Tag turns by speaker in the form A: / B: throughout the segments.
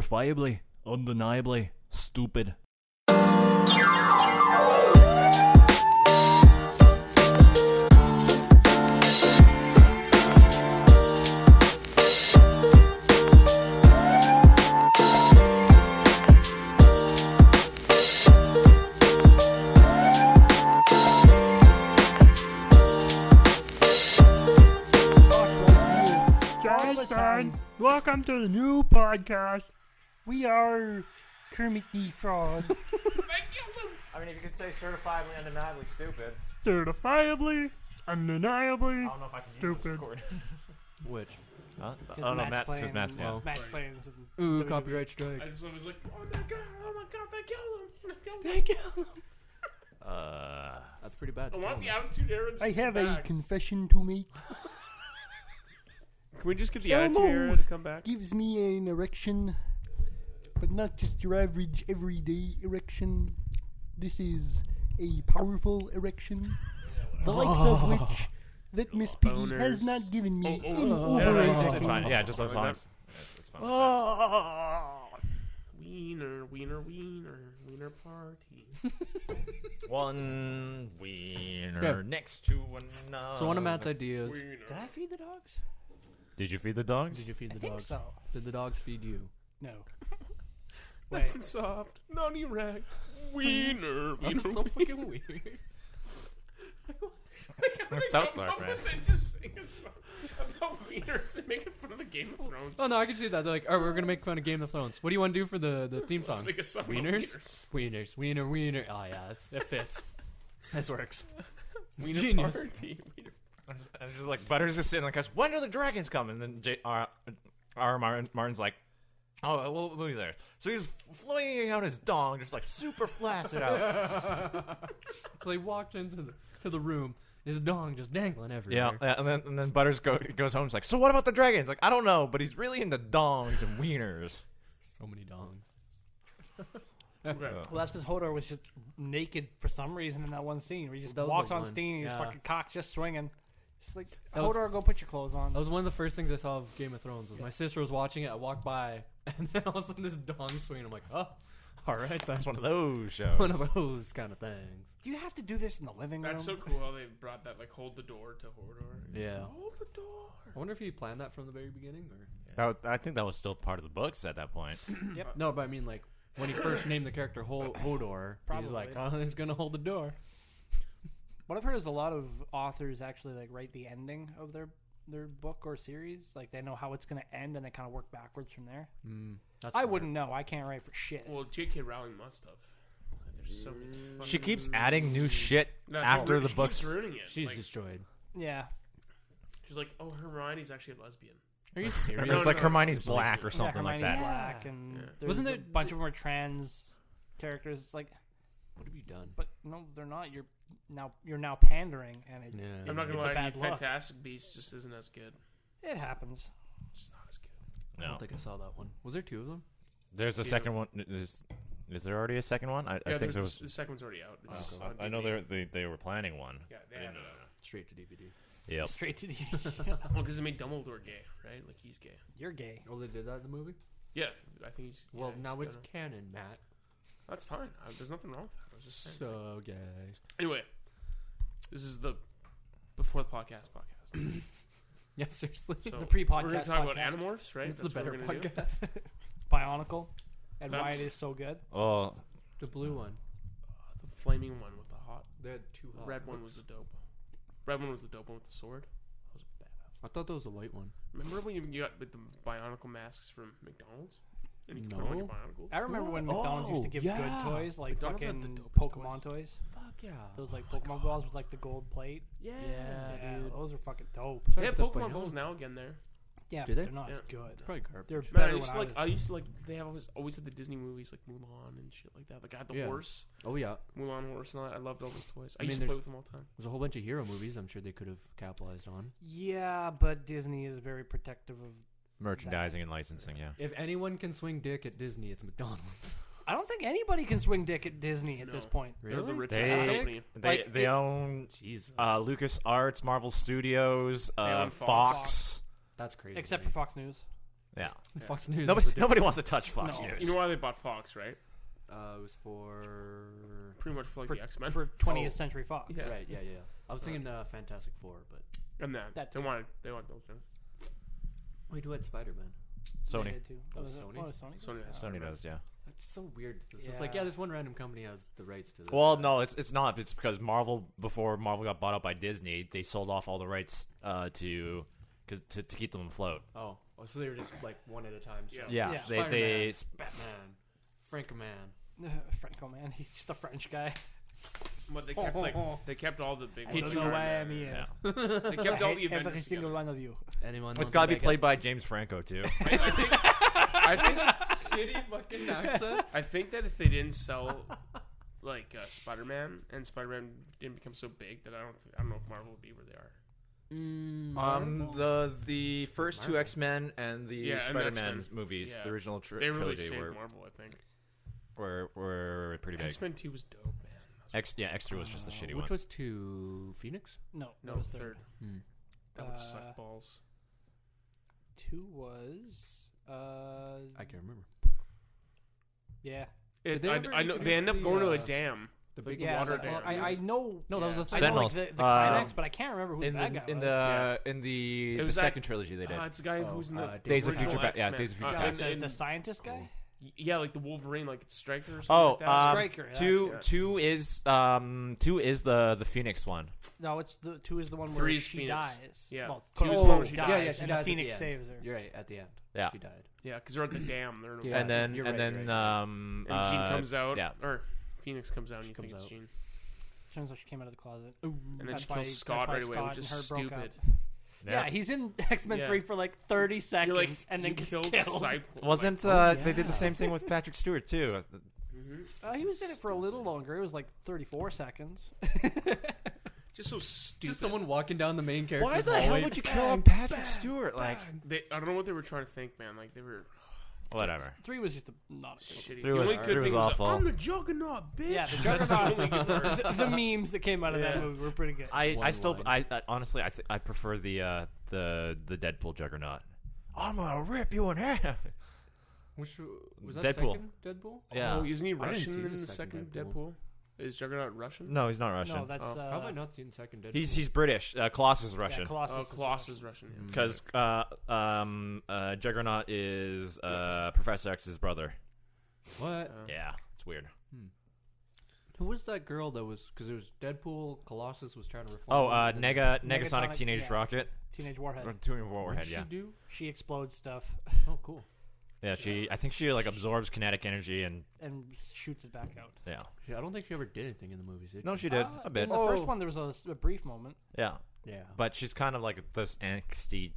A: certifiably, undeniably stupid.
B: Guys and welcome to the new podcast. We are Kermit the Frog,
C: I mean, if you could say certifiably undeniably stupid,
B: certifiably, undeniably.
C: I don't know if I can use
B: Stupid.
C: this recording.
D: Which? Huh?
E: Because
D: Oh, no,
E: Matt's
D: Matt- 'cause
E: playing,
D: Matt's- yeah.
E: well, Matt's playing some-
D: Ooh, copyright strike.
E: I
D: Uh,
E: just was like, oh my god, oh my god, they killed him, they killed him.
C: Uh,
D: that's pretty bad.
E: I want the
D: Tell me.
E: attitude era. to
B: I
E: come
B: have a
E: back.
B: confession to make.
E: Can we just get the
B: Elmo.
E: attitude era to come back?
B: Gives me an erection, but not just your average everyday erection. This is a powerful erection, the likes of which that Miss Piggy has
E: Boners.
B: not given me
E: Oh, oh,
B: in
E: oh,
B: over
E: oh,
B: a
E: oh,
D: It's
B: decade.
D: fine. Yeah, just as
E: Oh,
D: long
E: that-
D: as. It's fine.
E: Oh, wiener, wiener, wiener, wiener party.
C: One wiener
D: Okay.
C: next to another.
D: So one of Matt's ideas.
E: Wiener.
C: Did I feed the dogs?
D: Did you feed the dogs?
E: Did you feed
D: I
E: the
D: think
E: dogs?
D: so. Did the dogs feed you?
B: No.
E: Nice and soft, non erect. Wiener, wiener.
D: I'm so fucking weird.
E: That's
D: South Park, right?
E: And just sing a song about wieners and making fun of the Game of Thrones.
D: Oh no, I can see that. They're like, all right, we're gonna make fun of Game of Thrones. What do you want to do for the, the theme
E: Let's
D: song?
E: make a song about
D: Wieners?
E: wieners.
D: Wieners, wiener, wiener. Oh yeah, that's- it fits. this works.
E: Wiener
D: Genius.
E: party. Wiener-
C: I'm just, I'm just like, Butters is sitting like, us. when do the dragons come? And then J- R. R. Martin, Martin's like, oh, a little movie there. So he's flinging out his dong, just like super flaccid out.
D: So they walked into the to the room. His dong just dangling
C: yeah,
D: everywhere.
C: yeah, and then and then Butters go, goes home. He's like, so what about the dragons? Like, I don't know, but he's really into dongs and wieners.
D: So many dongs.
C: Uh, Well,
E: Okay. All right.
C: that-
E: All
C: that's
E: right.
C: Yeah.
E: Well,
C: because
E: that's
C: because
E: Hodor was
C: just
E: naked for some reason in that one scene where he just
D: That was
E: walks
D: the
E: on
D: one.
E: stage and his
D: Yeah.
E: fucking cock's just swinging. Just like,
D: That was-
E: Hodor, go put your clothes on.
D: That was one of the first things I saw of Game of Thrones. Was my sister was watching it. I walked by, and then all of a sudden this dong swing. I'm like, oh, all right, that's
C: one of those shows.
D: one of those kind of things.
E: Do you have to do this in the living
F: That's so cool how they brought that like hold the door to Hordor.
D: Yeah.
E: Hold the door.
D: I wonder if he planned that from the very beginning, or
C: That was- I think that was still part of the books at that point.
D: no? But I mean, like when he first named the character Ho- Hodor,
E: Probably.
D: he's like, oh, he's gonna hold the door.
E: What I've heard is a lot of authors actually like write the ending of their their book or series. Like they know how it's going to end and they kind of work backwards from there.
D: Mm, That's
E: I
D: smart.
E: wouldn't know. I can't write for shit.
F: Well, J.K. Rowling must have. Like, there's so many.
E: Mm.
F: Fucking...
C: She keeps adding new shit
F: No, she
C: after
F: ru-
C: the
F: she
C: books.
F: keeps ruining it.
D: She's
F: She's like,
D: destroyed.
E: yeah.
F: she's like, oh, Hermione's actually a lesbian.
D: Are you
C: Or
D: serious?
F: No,
C: it's
F: no,
C: like
F: no,
C: Hermione's
F: no.
C: black or something like
E: Hermione's
C: that.
E: Black and
F: Yeah.
E: there's
D: Wasn't
E: a
D: there-
E: bunch of them are trans characters. It's like,
D: What have you done?
E: but no, they're not. You're now you're now pandering, and it
D: Yeah.
F: I'm not gonna
E: It's a
F: lie,
E: bad
F: to you,
E: look.
F: Fantastic Beasts just isn't as good.
E: it happens.
F: It's not as good.
D: I
C: No,
D: don't think I saw that one. Was there two of them?
C: there's a
F: Yeah.
C: second one. Is, is there already a second one? I, I
F: yeah,
C: think
F: there's
C: there
F: this-
C: was.
F: the second one's already out. It's
C: I-
F: on
C: Oh, I know
F: DVD.
C: they they they were planning one.
F: Yeah, they
C: I
F: had
C: didn't know
D: Straight to DVD.
C: that. Yep.
E: Straight to the.
F: Well, because they made Dumbledore gay, right? Like he's gay.
E: you're gay.
D: Oh, they did that in the movie.
F: Yeah, I think he's.
D: Well,
F: yeah,
D: now
F: he's
D: it's
F: gonna-
D: canon, Matt.
F: That's fine. I, there's nothing wrong with that. I was just saying.
D: So gay.
F: Anyway, this is the before the podcast podcast.
D: Yeah, seriously.
F: So
E: The pre-podcast
F: We're gonna talk about
E: podcast.
F: Animorphs, right?
D: It's the
F: That's what
D: better
F: we're gonna do.
D: podcast.
E: Bionicle, and why
F: That's-
E: it is so good.
C: Oh,
D: the blue one.
F: The flaming one with the hot
D: They had two. uh,
F: The
D: hot
F: red one was
D: ones.
F: the dope. Red one was the dope one with the sword. That was badass.
D: I thought that was the white one.
F: Remember when you got with the bionicle masks from McDonald's? And you could put on your
D: No.
F: bionicle?
E: I remember when McDonald's used to give
D: Oh, yeah.
E: good toys, like
F: McDonald's had the
E: fucking
F: dopest Oh
E: Pokemon toys.
D: Fuck yeah.
E: Those like Pokemon balls with like the gold plate.
D: Yeah,
E: Yeah,
D: dude.
E: those are fucking dope.
F: They
D: Sorry
F: have
D: about the
F: Pokemon
D: banana.
F: balls now again there.
E: Yeah, but
D: Do they?
E: they're not as
F: Yeah.
E: good.
D: Probably garbage.
E: They're
F: Man,
E: better
F: I
E: when
F: used to
E: I
F: like.
E: was-
F: I used to like. They have always always had the Disney movies like Mulan and shit like that. Like I had the
D: Yeah.
F: horse,
D: Oh yeah.
F: Mulan horse, and all that. I loved all those toys. I,
D: I mean,
F: used to
D: there's-
F: play with them all the time.
D: There's a whole bunch of hero movies. I'm sure they could have capitalized on.
E: Yeah, but Disney is very protective of.
C: merchandising and licensing. Yeah.
D: If anyone can swing dick at Disney, it's McDonald's.
E: I don't think anybody can swing dick at Disney at this
F: No.
E: point.
F: They're the richest
C: They-
F: company.
C: They
E: Like,
C: they
E: it-
C: own
D: Jesus.
C: uh, Lucas Arts, Marvel Studios, uh,
F: own
C: Fox.
F: Fox.
D: That's crazy.
E: Except for Fox News.
C: Yeah.
D: Fox News.
C: Nobody,
D: is a
C: nobody wants to touch Fox
E: No.
C: News.
F: You know why they bought Fox, right?
D: different- uh, it was for
F: Pretty much for like the X Men
E: for 20th Century Fox.
F: Yeah.
D: right. Yeah, yeah. yeah. I was thinking uh, Fantastic Four, but
F: and that.
E: That
F: they wanted they want those. Things.
D: wait, who had Spider Man?
E: They
G: Sony.
E: did too.
D: That was
E: it-
D: Sony?
E: what was Sony?
F: Oh, Sony has
G: Sony does, yeah.
D: That's so weird. It's just like
E: Yeah.
D: yeah, this one random company has the rights to this.
C: Well,
D: guy.
C: no, it's it's not. It's because Marvel before Marvel got bought out by Disney, they sold off all the rights uh, to cause, to to keep them afloat.
D: Oh, oh, so they were just like one at a time. So.
F: Yeah.
C: Yeah,
E: Yeah.
C: they they
D: Batman, Frank Man.
E: Franco man, he's just a French guy.
F: But they kept like they kept all the big.
E: I
F: ones
E: don't know
F: together.
E: why I'm here.
C: yeah.
F: They
E: I
F: kept all the
E: hate every
F: Avengers
E: single
F: together.
E: one of you.
D: Anyone?
C: It's got to be played by James Franco too.
F: I think
D: shitty fucking accent.
F: I think that if they didn't sell like uh, Spider Man and Spider Man didn't become so big that I don't I don't know if Marvel would be where they are.
C: Um, the the first two
D: Marvel.
C: X Men and the
F: Yeah, and
C: Spider Man
F: X-Men.
G: movies,
F: Yeah.
G: the original tr-
F: They really
G: trilogy,
F: saved
G: were,
F: Marvel, I think.
G: were were pretty big.
F: X Men Two was dope, man.
G: X, yeah, X three was just the shitty
D: Which
G: one.
D: was to Phoenix?
E: No,
F: No,
E: that was
F: third.
D: Hmm.
F: That would
E: Uh,
F: suck balls.
E: Two was. Uh,
D: I can't remember.
E: yeah,
F: It,
D: they
F: I,
D: ever
F: I know they
D: introduce
F: end up
D: the,
F: going to a
D: uh,
F: dam.
D: The big
E: yeah.
F: water
E: so-
F: dam.
E: I, I know.
D: No, that was
E: yeah.
D: a
E: I know like,
G: Sentinels.
E: the, the
G: Uh,
E: climax, but I can't remember who
G: in
E: that
G: the
E: guy
G: in
E: was.
F: Yeah.
G: the in the,
F: It
G: the
F: was that-
G: second trilogy they did.
F: Ah, it's a guy
D: Oh,
F: who was in
D: uh,
F: the
D: Days
G: of
F: original
G: Future Past- yeah,
F: X-Men.
G: Days of Future
F: Uh,
E: Yeah,
G: Past.
F: and-
E: the,
F: and-
E: the scientist guy.
F: yeah, like the Wolverine, like striker. Or something
C: Oh,
F: like that.
C: um,
E: Striker, yeah,
C: two
F: that's
C: two is um two is the the Phoenix one.
E: No, it's the two is the one where
F: Three's
E: she
F: Phoenix.
E: dies.
F: Yeah.
E: well,
F: Two's
E: two
F: the one where
E: dies,
F: she
D: dies. Yeah, yeah, she
E: and
D: dies at
E: the Phoenix
D: the end.
E: saves her.
D: You're right. At the end,
G: Yeah.
D: she died.
F: yeah, because they're at the dam. They're in a well.
D: Yeah. Yes,
C: and then
D: you're
C: and
D: right,
C: then
D: you're right.
C: um
F: and Jean
C: uh,
F: comes out.
C: yeah.
F: or Phoenix comes out, and
D: She
F: you think
D: comes
F: it's
D: out.
F: Jean.
E: Turns out she came out of the closet.
F: And then
E: That's
F: she
E: why-
F: kills Scott
E: that's why
F: right away,
E: Scott
F: which is
E: and her broke
F: stupid.
E: up. Yeah, he's in X Men
F: Yeah.
E: Three for like thirty seconds,
F: You're like,
E: and then
F: you
E: gets
F: killed
E: killed.
F: Cyclops.
C: Wasn't uh,
D: Oh,
C: they did
D: yeah.
C: the same thing with Patrick Stewart too?
E: Uh, he was in it for a little longer. It was like thirty-four seconds.
F: just so stupid.
D: Just someone walking down the main character.
C: Why the hell would you kill off Patrick Stewart? Like
F: They, I don't know what they were trying to think, man. Like they were
C: whatever.
E: Three was just a, not a good
F: shitty.
C: Through
F: the
C: was-
F: only good
C: through was
F: thing was,
C: awful.
F: I'm the Juggernaut, bitch.
E: Yeah, the
F: That's
E: Juggernaut.
F: the only good word.
E: the memes that came out of
F: Yeah.
E: that movie were pretty good.
C: I, I
D: One
C: still
D: line.
C: I, I honestly I th- I prefer the uh, the the Deadpool Juggernaut. I'm gonna rip you in half.
D: Which was
C: that
D: that?
C: Deadpool.
D: Second Deadpool.
C: Yeah.
F: Oh, isn't he
D: didn't see
F: Russian
D: the
F: in the
D: second
F: second
D: Deadpool.
F: Deadpool? Is Juggernaut Russian?
C: No, he's not
E: no,
C: Russian.
E: that's
F: Oh.
E: uh,
D: How have I not seen second Deadpool?
C: he's he's British. Uh, Colossus is
E: yeah,
C: Russian.
E: Colossus.
F: Oh,
E: is
F: Colossus is Russian. yeah.
C: because uh, um, uh, Juggernaut is uh, Professor X's brother.
D: what?
F: Uh,
C: Yeah, it's weird.
D: Who was that girl that was? Because it was Deadpool. Colossus was trying to reform.
C: Oh, uh,
D: and then-
C: Nega Negasonic
E: Negasonic,
C: Teenage
E: yeah.
C: Rocket.
E: Teenage Warhead.
C: Or Teenage
D: What
C: Warhead.
D: did
C: Yeah,
D: she do?
E: She explodes stuff
D: Oh, cool.
C: yeah. She, I think she like absorbs kinetic energy and
E: and shoots it back out.
C: yeah.
D: She, I don't think she ever did anything in the movies. Did
C: No,
D: she?
C: she did
E: Uh,
C: a bit.
E: In the first one, there was a, s- a brief moment.
C: Oh. Yeah,
D: Yeah.
C: but she's kind of like this angsty,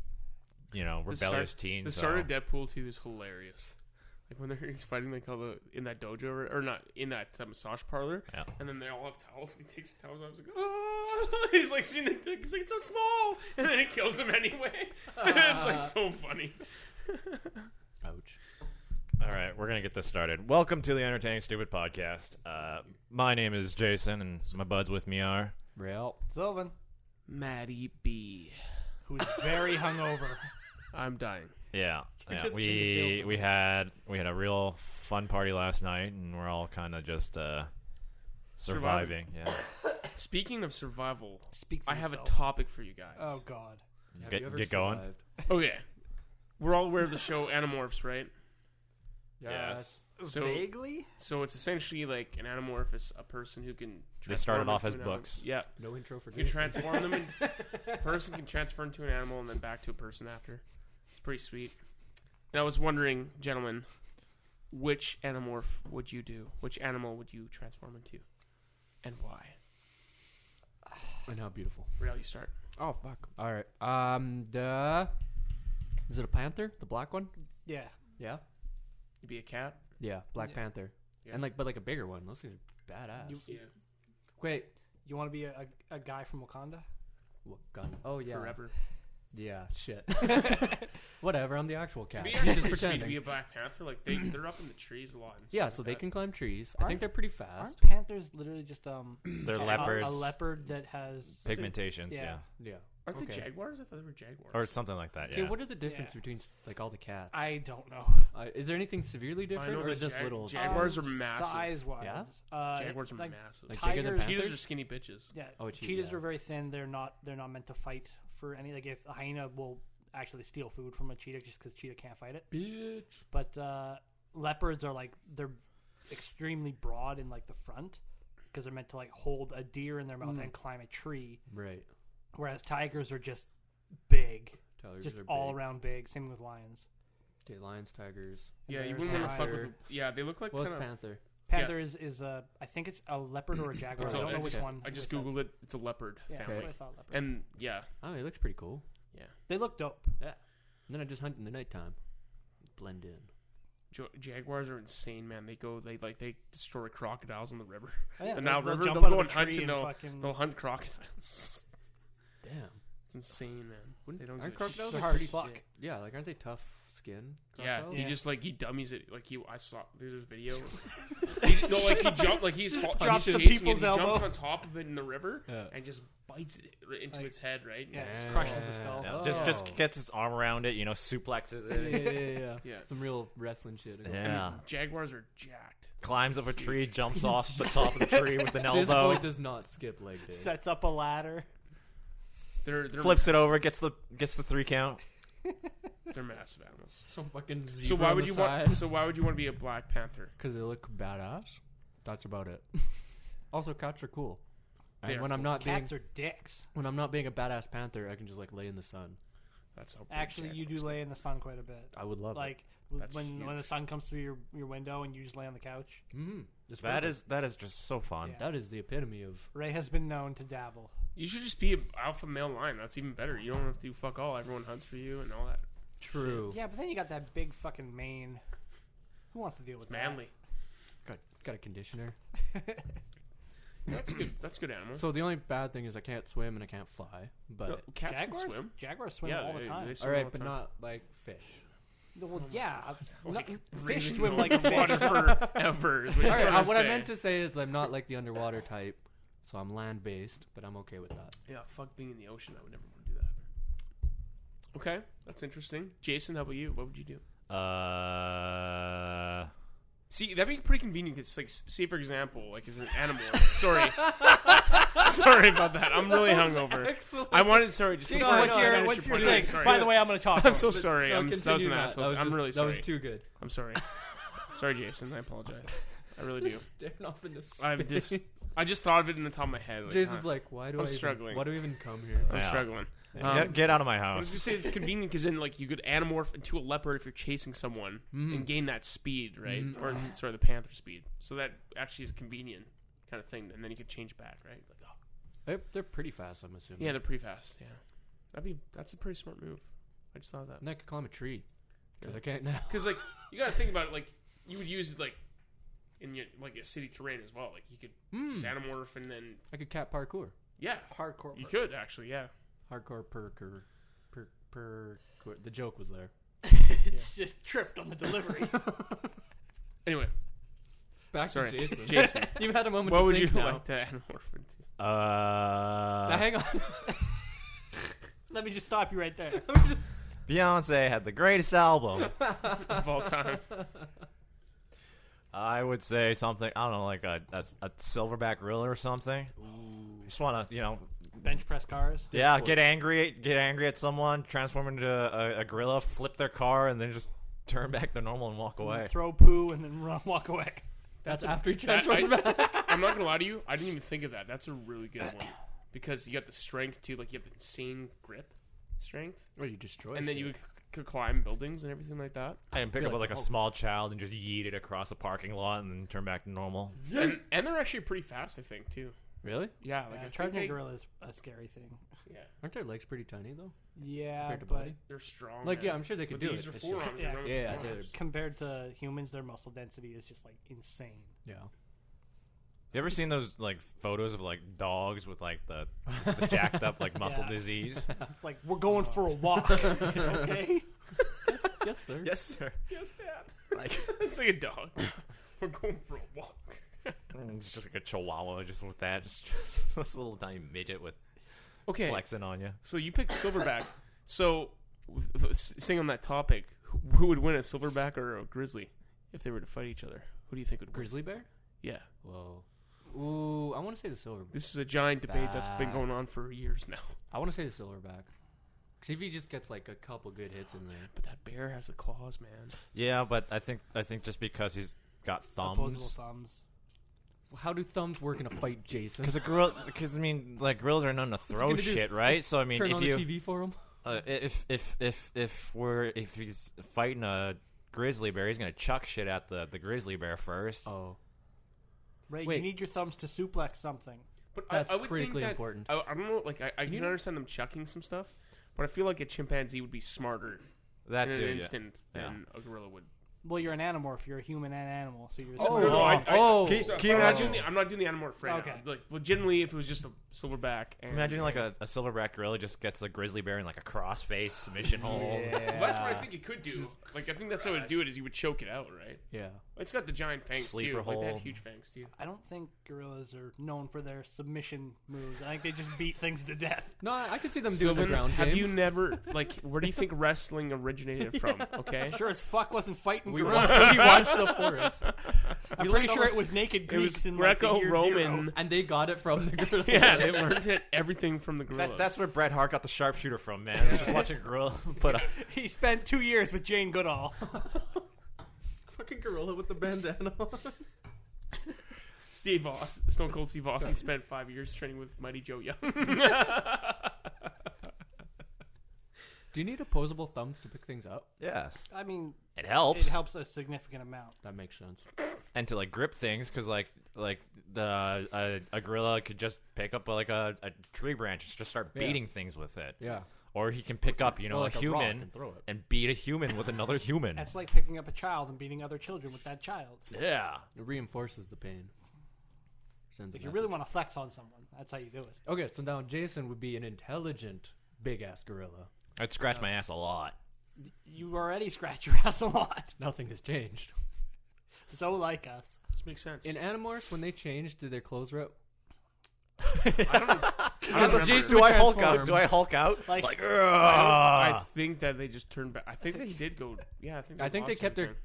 C: you know,
F: The start-
C: rebellious teen.
F: The
C: so-
F: start of Deadpool 2 is hilarious. Like when they're he's fighting like all the in that dojo or, or not in that uh, massage parlor,
C: Yeah.
F: and then they all have towels. and He takes the towels off. He's like, oh! he's like seeing the dick. He's like, it's so small, and then it kills him anyway. it's like so funny.
D: Ouch.
C: All right, we're gonna get this started. Welcome to the Entertaining Stupid Podcast. Uh, my name is Jason, and my buds with me are.
D: Real.
E: Sylvan,
F: Maddie B,
E: who's very hungover.
F: I'm dying.
C: Yeah, yeah.
F: just
C: we we had we had a real fun party last night, and we're all kind of just uh, surviving.
F: Surviving.
C: Yeah,
F: Speaking of survival,
E: Speak for
F: I have a
E: yourself.
F: topic for you guys.
E: Oh God.
D: Have
C: Get-
D: you ever
C: get going.
D: survived?
F: Okay, we're all aware of the show Animorphs, right?
C: Yes.
F: So
E: Vaguely.
F: So it's essentially like an animorph is a person who can.
C: They started
F: transform
C: off
F: into
C: as
F: an animal.
C: books.
F: Yeah,
D: No intro for
F: you can
D: Jason.
F: transform them. In, a person can transfer into an animal and then back to a person after. It's pretty sweet. And I was wondering, gentlemen, which animorph would you do? Which animal would you transform into, and why?
D: and how beautiful.
F: Real, you start.
D: Oh fuck. All right. Um. The. Is it a panther? The black one?
E: Yeah.
D: Yeah.
F: You'd be a cat.
D: Yeah. Black Panther.
F: Yeah.
D: And like, but like a bigger one. Those things are badass.
E: You-
D: Wait.
E: You want to be a, a, a guy from Wakanda?
D: Wakanda. Oh yeah.
F: Forever.
D: Yeah. Shit. Whatever. I'm the actual cat.
F: Be
D: He's just
F: pretty sweet to
D: pretending.
F: be a black panther. Like they, they're up in the trees a lot. and
D: yeah.
F: stuff
D: So
F: like
D: they
F: that.
D: can climb trees. I
E: Aren't-
D: think they're pretty fast.
E: Aren't panthers literally just um
C: they're
E: a- a-
C: leopards.
E: A, leopard that has
C: Pigmentations. Yeah.
E: Yeah.
D: Yeah.
F: Aren't they
D: Okay.
F: jaguars? I thought they were jaguars.
H: or something like that.
D: Okay,
H: Yeah.
D: what are the difference between like all the cats?
E: I don't know.
D: uh, is there anything severely different,
F: know
D: or
F: the
D: just
F: jag-
D: little?
F: jag- Jaguars
E: Um,
F: are massive.
E: Size-wise,
D: Yeah?
E: uh,
F: jaguars are
E: like,
F: massive.
D: like
F: Like,
D: bigger than
E: tigers-
F: cheetahs are
D: panthers?
F: skinny bitches.
E: Yeah,
D: Oh, a cheetah,
E: cheetahs
D: yeah.
E: are very thin. They're not. They're not meant to fight for any. Like if a hyena will actually steal food from a cheetah just because cheetah can't fight it.
D: Bitch.
E: But uh, leopards are like they're extremely broad in like the front because they're meant to like hold a deer in their mouth and climb a tree.
D: Right.
E: Whereas tigers are just big,
D: Tigers
E: just
D: are big.
E: all around big. Same with lions.
D: Okay, lions, tigers.
F: Yeah, you
E: There's
F: wouldn't want to fuck with.
D: tiger.
F: the- Yeah, they look like
D: What was
F: kind of.
D: panther?
E: Panther is, is a I think it's a leopard or a jaguar. I
F: It's a-
E: don't know
F: I
E: which
D: just-
E: one.
F: I just
E: it was.
F: googled it. It's a leopard
E: Yeah, that's
F: family,
E: what I thought. Leopard.
F: and yeah,
D: I don't know. It looks pretty cool.
F: yeah.
E: they look dope.
D: Yeah. And then I just hunt in the nighttime. Blend in.
F: Jo- jaguars are insane, man. They go, they like, they destroy crocodiles in the river.
E: Oh, Yeah,
F: the
E: they'll-
F: Nile
E: they'll
F: River. They'll,
E: jump out
F: go
E: of a
F: and hunt,
E: tree
F: and
E: and
F: they'll,
E: fucking-
F: they'll hunt crocodiles.
D: Damn.
F: it's insane, man. they don't
D: Aren't
F: give a shit.
D: crocodiles
E: They're
D: like,
E: hard
D: pretty
E: as fuck.
D: Yeah, like aren't they tough skin?
F: Yeah,
D: crocodiles?
F: he
E: Yeah.
F: just like he dummies it. Like he, I saw there's a video. he, no, like he jumped, like he's, fa-
E: Drops
F: he's
E: the
F: chasing it.
E: people's
F: He jumps
E: elbow.
F: on top of it in the river
D: Yeah.
F: and just bites it right into
E: Like-
F: its head. Right?
E: Yeah, it
D: Yeah.
E: just crushes the skull.
D: Yeah.
H: Just
D: Oh.
H: just gets his arm around it. You know, suplexes
D: Yeah,
H: it.
D: yeah, yeah, yeah.
F: Yeah.
D: Some real wrestling shit.
H: yeah.
F: Jaguars are jacked.
H: Climbs up a tree, jumps off the top of the tree with an
D: This
H: elbow,
D: boy does not skip leg day.
E: Sets up a ladder.
F: They're they're
H: flips it over, gets the gets the three count.
F: They're massive animals.
D: Some fucking
F: So why would you want? So why would you want to be a black panther?
D: Because they look badass. That's about it. also, cats are cool.
F: They
D: And
F: are
D: when I'm
F: cool.
D: not being
E: Cats are dicks.
D: when I'm not being a badass panther, I can just like lay in the sun.
F: That's how big
E: Actually, you do
F: jaguars
E: lay in the sun quite a bit.
D: I would love
E: Like
F: That's
E: when when the
F: huge.
E: sun comes through your, your window and you just lay on the couch.
D: it. Mm, it's
H: That
D: perfect.
H: is that is just so fun.
E: Yeah.
D: that is the epitome of
E: Ray has been known to dabble.
F: You should just be an alpha male lion. That's even better. You don't have to do fuck all. Everyone hunts for you and all that.
D: true.
E: Yeah, but then you got that big fucking mane. Who wants to deal
F: It's
E: with
F: manly.
D: Got got a conditioner.
F: That's a good. That's a good animal.
D: So the only bad thing is I can't swim and I can't fly. But
F: No,
E: that?
F: cats
E: Jaguars
F: can swim.
E: Jaguars swim
F: yeah,
E: all the
F: they-
E: time.
F: they
D: all
F: swim all
D: right,
F: the
D: but
F: time.
D: not like fish.
E: well, yeah,
F: Like,
E: no- fish
F: breathing
E: swim
F: on
E: like
F: water
E: fish.
F: forever. Is what,
D: All
F: you're
D: right,
F: trying
D: uh,
F: to
D: what I
F: say.
D: meant to say is I'm not like the underwater type, so I'm land based, but I'm okay with that.
F: Yeah, fuck being in the ocean. I would never want to do that. Okay, that's interesting. Jason, how about you? What would you do?
H: Uh,
F: See, that'd be pretty convenient because, like, s- say for example, like as an animal. sorry, sorry about that. I'm really hungover. I wanted sorry. Just
E: Jason,
F: before I
E: what's
F: finish
E: your what's your
F: point, I'm
E: thing?
F: Sorry.
E: By the way, I'm gonna talk.
F: I'm so sorry.
D: No,
F: I'm, that was
D: continue
F: an
D: that.
F: asshole.
D: That was
F: I'm
D: just-
F: really
D: That
F: sorry.
D: was too good.
F: I'm sorry. sorry, Jason. I apologize. I really do.
D: Staring off into space.
F: I've just, I just thought of it in the top of my head. Like,
D: Jason's
F: huh,
D: like, why do
F: I'm
D: I even-
F: struggling.
D: why do we even come here?
F: I'm
H: Yeah.
F: struggling.
H: yeah, get out of my
E: Oh.
F: I
H: house.
F: was just saying it's convenient because then like you could anamorph into a leopard if you're chasing someone
E: Mm-hmm.
F: and gain that speed, right? Or
E: Uh-huh.
F: sorry, the panther speed. So that actually is a convenient kind of thing, and then you could change back, right? Like, oh.
D: They're, they're pretty fast, I'm assuming.
F: yeah, they're pretty fast. Yeah, that'd be that's a pretty smart move. I just thought of that
D: and I could climb a tree because I can't now.
F: because like you got to think about it. Like you would use it like in your like a city terrain as well. Like you could just anamorph and then
D: Hmm, I could cat parkour,
F: yeah,
E: Hardcore.
F: you could actually yeah.
D: hardcore perker, per percour. The joke was there.
E: It's just tripped on the delivery.
F: Anyway,
D: Back
F: sorry,
D: to Jason.
F: Jason,
D: You've had a moment.
F: what
D: to
F: would you
D: think now.
F: like to anamorph into?
D: Now,
H: Uh,
D: hang on.
E: Let me just stop you right there.
H: Beyonce had the greatest album.
F: of all time.
H: I would say something. I don't know, like a a, a silverback gorilla or something. Just want to, you know,
E: Bench press cars.
H: yeah, get angry, get angry at someone, transform into a, a, a gorilla, flip their car, and then just turn back to normal and walk away.
E: Throw poo and then run, walk away.
D: That's after he
F: That-
D: transforms back.
F: I, am not gonna lie to you. I didn't even think of that. That's a really good one because you got the strength too. Like you have the insane grip strength,
D: Or you destroy.
F: and then
D: shit.
F: you c- could climb buildings and everything like that.
H: I can pick
D: Be
H: up
D: like
H: like a
D: Hulk.
H: small child and just yeet it across a parking lot and then turn back to normal.
F: And, and they're actually pretty fast, I think, too.
D: really
F: Yeah,
E: Yeah,
F: like I think
E: charging
F: they,
E: a gorilla is a scary thing.
F: yeah,
D: aren't their legs pretty tiny though?
E: Yeah,
D: compared to
E: but
D: body?
F: they're strong. man.
D: Like, Oh, yeah, I'm sure they could
F: But
D: do
F: these
D: it.
F: are
D: It's just-
F: forearms.
E: Yeah.
F: they're not
D: Yeah,
F: just
D: they're-
F: arms.
E: compared to humans, their muscle density is just like insane.
D: Yeah.
H: You ever seen those like photos of like dogs with like the, the jacked up like muscle
E: Yeah.
H: disease?
E: It's like we're going for a walk, okay?
D: yes, sir.
H: yes, sir.
F: Yes, Dad.
H: Like
F: it's like a dog. We're going for a walk.
H: mm, it's just like a chihuahua, just with that, just, just this little tiny midget with
F: Okay.
H: flexing on you.
F: So you picked Silverback. so, w- w- staying on that topic, who- who would win a Silverback or a Grizzly if they were to fight each other? Who do you think would win?
D: Grizzly bear?
F: Yeah.
D: Whoa. Ooh, I want to say the silver.
F: This is a giant debate that's been
D: Back.
F: going on for years now.
D: I want to say the silverback. Because if he just gets like a couple good hits in there,
F: But that bear has the claws, man.
C: Yeah, but I think I think just because he's got
E: Opposable
C: thumbs,
E: thumbs.
D: how do thumbs work in a fight, Jason?
C: because a gorilla, because I mean, like gorillas are known to
D: he
C: throw
D: gonna do?
C: shit, right? So I mean,
D: Turn
C: if
D: on
C: you
D: the TV for him.
C: uh, if if if if we're if he's fighting a grizzly bear, he's gonna chuck shit at the the grizzly bear first.
D: Oh,
E: Ray,
D: Wait.
E: you need your thumbs to suplex something.
F: But
D: that's
F: I, I would
D: critically
F: think that,
D: important.
F: I, I don't know. Like I, I can
D: you-
F: understand them chucking some stuff, but I feel like a chimpanzee would be smarter
C: that
F: in
C: too.
F: an
C: yeah.
F: instant than a gorilla would.
E: Well, you're an animorph. You're a human and animal, so you're.
F: Oh,
E: smarter.
F: no, I- I-
D: oh.
C: Can you-
F: So,
C: can you
F: I'm not
C: imagine-
F: doing the- I'm not doing the animorph right
E: Okay.
F: now. Like legitimately, if it was just a silverback, and
C: Imagine like a, a silverback gorilla just gets a grizzly bear in like a crossface submission hold.
F: Well, that's what I think it could do. Like I think that's how it would do it is you would choke it out, right?
D: yeah.
F: It's got the giant fangs
C: Sleeper
F: too. Like they
C: hole.
F: have huge fangs too.
E: I don't think gorillas are known for their submission moves. I think they just beat things to death.
D: No, I, I could see them doing the ground
F: have
D: game.
F: you never like where do you think wrestling originated from? Okay,
E: Sure as fuck wasn't fighting
D: we
E: gorillas.
D: watched, we watched the forest,
E: I'm
D: we
E: pretty
D: learned
E: sure
D: all-
E: it was naked
F: it was
E: Greeks in like, the year zero.
F: Greco-Roman.
D: and they got it from the gorilla.
F: yeah, they learned it, everything from the gorillas.
C: That, that's where Bret Hart got the sharpshooter from, man. Just watching a gorilla put a
E: He spent two years with Jane Goodall.
D: fucking gorilla with the bandana.
F: Steve Austin, Stone Cold Steve Austin spent five years training with Mighty Joe Young.
D: Do you need opposable thumbs to pick things up?
C: yes.
E: I mean,
C: It helps.
E: it helps a significant amount.
D: That makes sense.
C: and to like grip things because like like the uh, a, a gorilla could just pick up like a, a tree branch and just start
D: Yeah.
C: beating things with it
D: Yeah.
C: or he can pick up you know
D: Or,
C: a
D: like, a rock
C: human
D: and throw it.
C: beat a human with another human
E: That's like picking up a child and beating other children with that child.
C: yeah
D: It reinforces the pain. Sends a
E: If you really
D: message.
E: want to flex on someone, that's how you do it.
D: Okay, so now Jason would be an intelligent big ass gorilla.
C: i'd scratch my ass a lot
E: You already scratch your ass a lot.
D: Nothing has changed.
E: So like us.
F: this makes sense.
D: In Animorphs, when they changed, did their clothes rip?
F: I, don't remember.
D: Jason
C: do i
D: would
C: hulk
D: transform.
C: out do i hulk out
E: Like-
C: like,
F: I, I
C: "Ugh."
F: think that they just turned back. I think they did go. Yeah, I think. They
D: I think they
F: lost
D: kept their.
F: everything.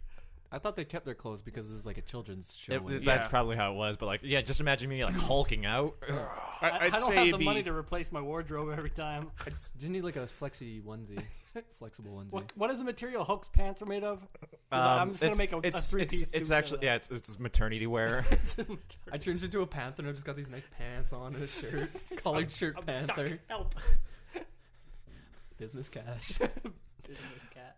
D: I thought they kept their clothes because this is like a children's show.
C: It-
D: and-
C: that's
F: Yeah.
C: probably how it was but like yeah just imagine me like hulking out
E: I,
F: I,
E: I
F: I'd
E: don't
F: say
E: have
F: it'd
E: the
F: be,
E: money to replace my wardrobe every time.
D: Just need like a flexi onesie, flexible onesie.
E: What, what is the material Hulk's pants are made of? 'Cause I-
C: Um,
E: I'm just gonna
C: it's-
E: make a, a
C: it's,
E: three
C: it's,
E: piece
C: it's actually yeah it's, it's maternity wear
D: I changed into a panther and I just got these nice pants on and a shirt, collared shirt
E: I'm
D: panther,
E: stuck. Help.
D: business cash.
E: Business cat.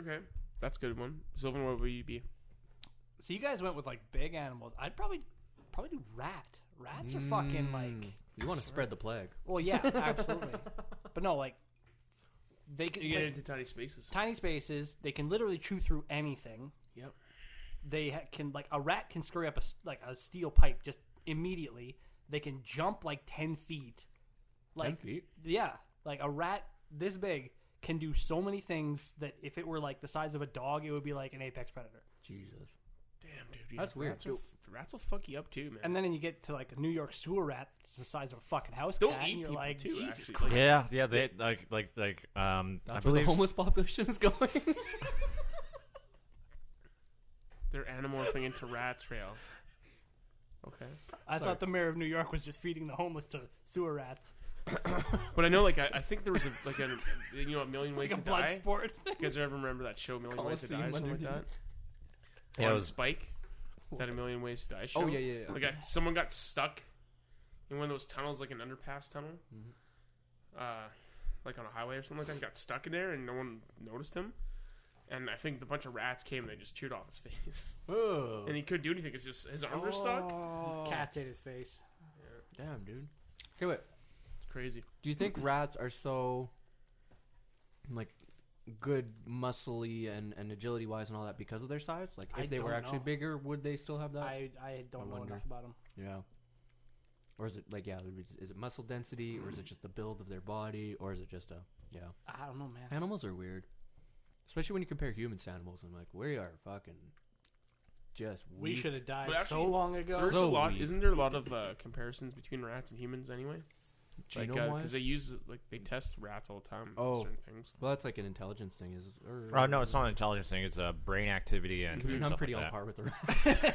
F: Okay, that's a good one. Sylvan, what would you be?
E: So you guys went with like big animals. I'd probably probably do rat. Rats are fucking like
D: Mm, You want to spread the plague?
E: well yeah, absolutely. but no, like they can
F: You get
E: like,
F: into tiny spaces.
E: tiny spaces, they can literally chew through anything.
F: Yep.
E: They ha- can like a rat can scurry up a s- like a steel pipe just immediately. They can jump like 10 feet. Like
D: Ten feet.
E: yeah, like a rat this big can do so many things that if it were like the size of a dog, it would be like an apex predator.
D: Jesus.
F: Damn, dude. yeah,
D: That's weird.
F: Rats, will, rats will fuck you up too, man.
E: And then you get to like a New York sewer rat that's the size of a fucking house
F: They'll
E: cat,
F: eat
E: and you're
F: people,
E: like,
F: too,
E: Jesus
F: actually.
E: Christ.
C: yeah yeah they like like like um i
D: That's where the
C: believe
D: homeless population is going.
F: They're animorphing into rats, rail. Okay.
E: I thought the mayor of New York was just feeding the homeless to sewer rats.
F: But I know, like, I, I think there was a, like a, you know, a million ways
E: Like a
F: to
E: blood
F: die.
E: sport.
F: You guys ever remember that show, Million Ways to Die, or
D: Coliseum
F: something like that?
D: underneath.
C: Yeah, it
F: On
C: was-
F: Spike, that A Million Ways to Die show.
D: Oh yeah, yeah, yeah.
F: Like, I, someone got stuck in one of those tunnels, like an underpass tunnel,
D: Mm-hmm.
F: uh, like on a highway or something like that. He got stuck in there, and no one noticed him. And I think the bunch of rats came and they just chewed off his face,
D: Whoa.
F: and he couldn't do anything because just his arms were stuck.
D: Oh.
E: Cats ate his face.
D: Damn, dude. Okay, wait.
F: It's crazy.
D: Do you think rats are so like good muscly and, and agility wise and all that because of their size? Like if
E: I
D: they were
E: don't
D: actually
E: know.
D: bigger, would they still have that?
E: I, I don't
D: I
E: know
D: wonder.
E: enough about them.
D: yeah. Or is it like yeah? Is it muscle density, or is it just the build of their body, or is it just a yeah?
E: I don't know, man.
D: Animals are weird, especially when you compare humans to animals. I'm like, we are fucking just
E: We
D: weak.
E: should have died
F: But
E: so
F: actually,
E: long ago.
F: There's a
D: So
F: lot.
D: weak.
F: Isn't there a lot of uh, comparisons between rats and humans anyway? Like,
D: Genome
F: uh,
D: wise?
F: 'cause they use like they test rats all the time. on
D: Oh.
F: certain things.
D: Well, that's like an intelligence thing, is. Or,
C: Oh no, it's not an intelligence thing. It's uh, brain activity and, and
D: I'm
C: stuff
D: pretty
C: like
D: on
C: that.
D: par with the. rest.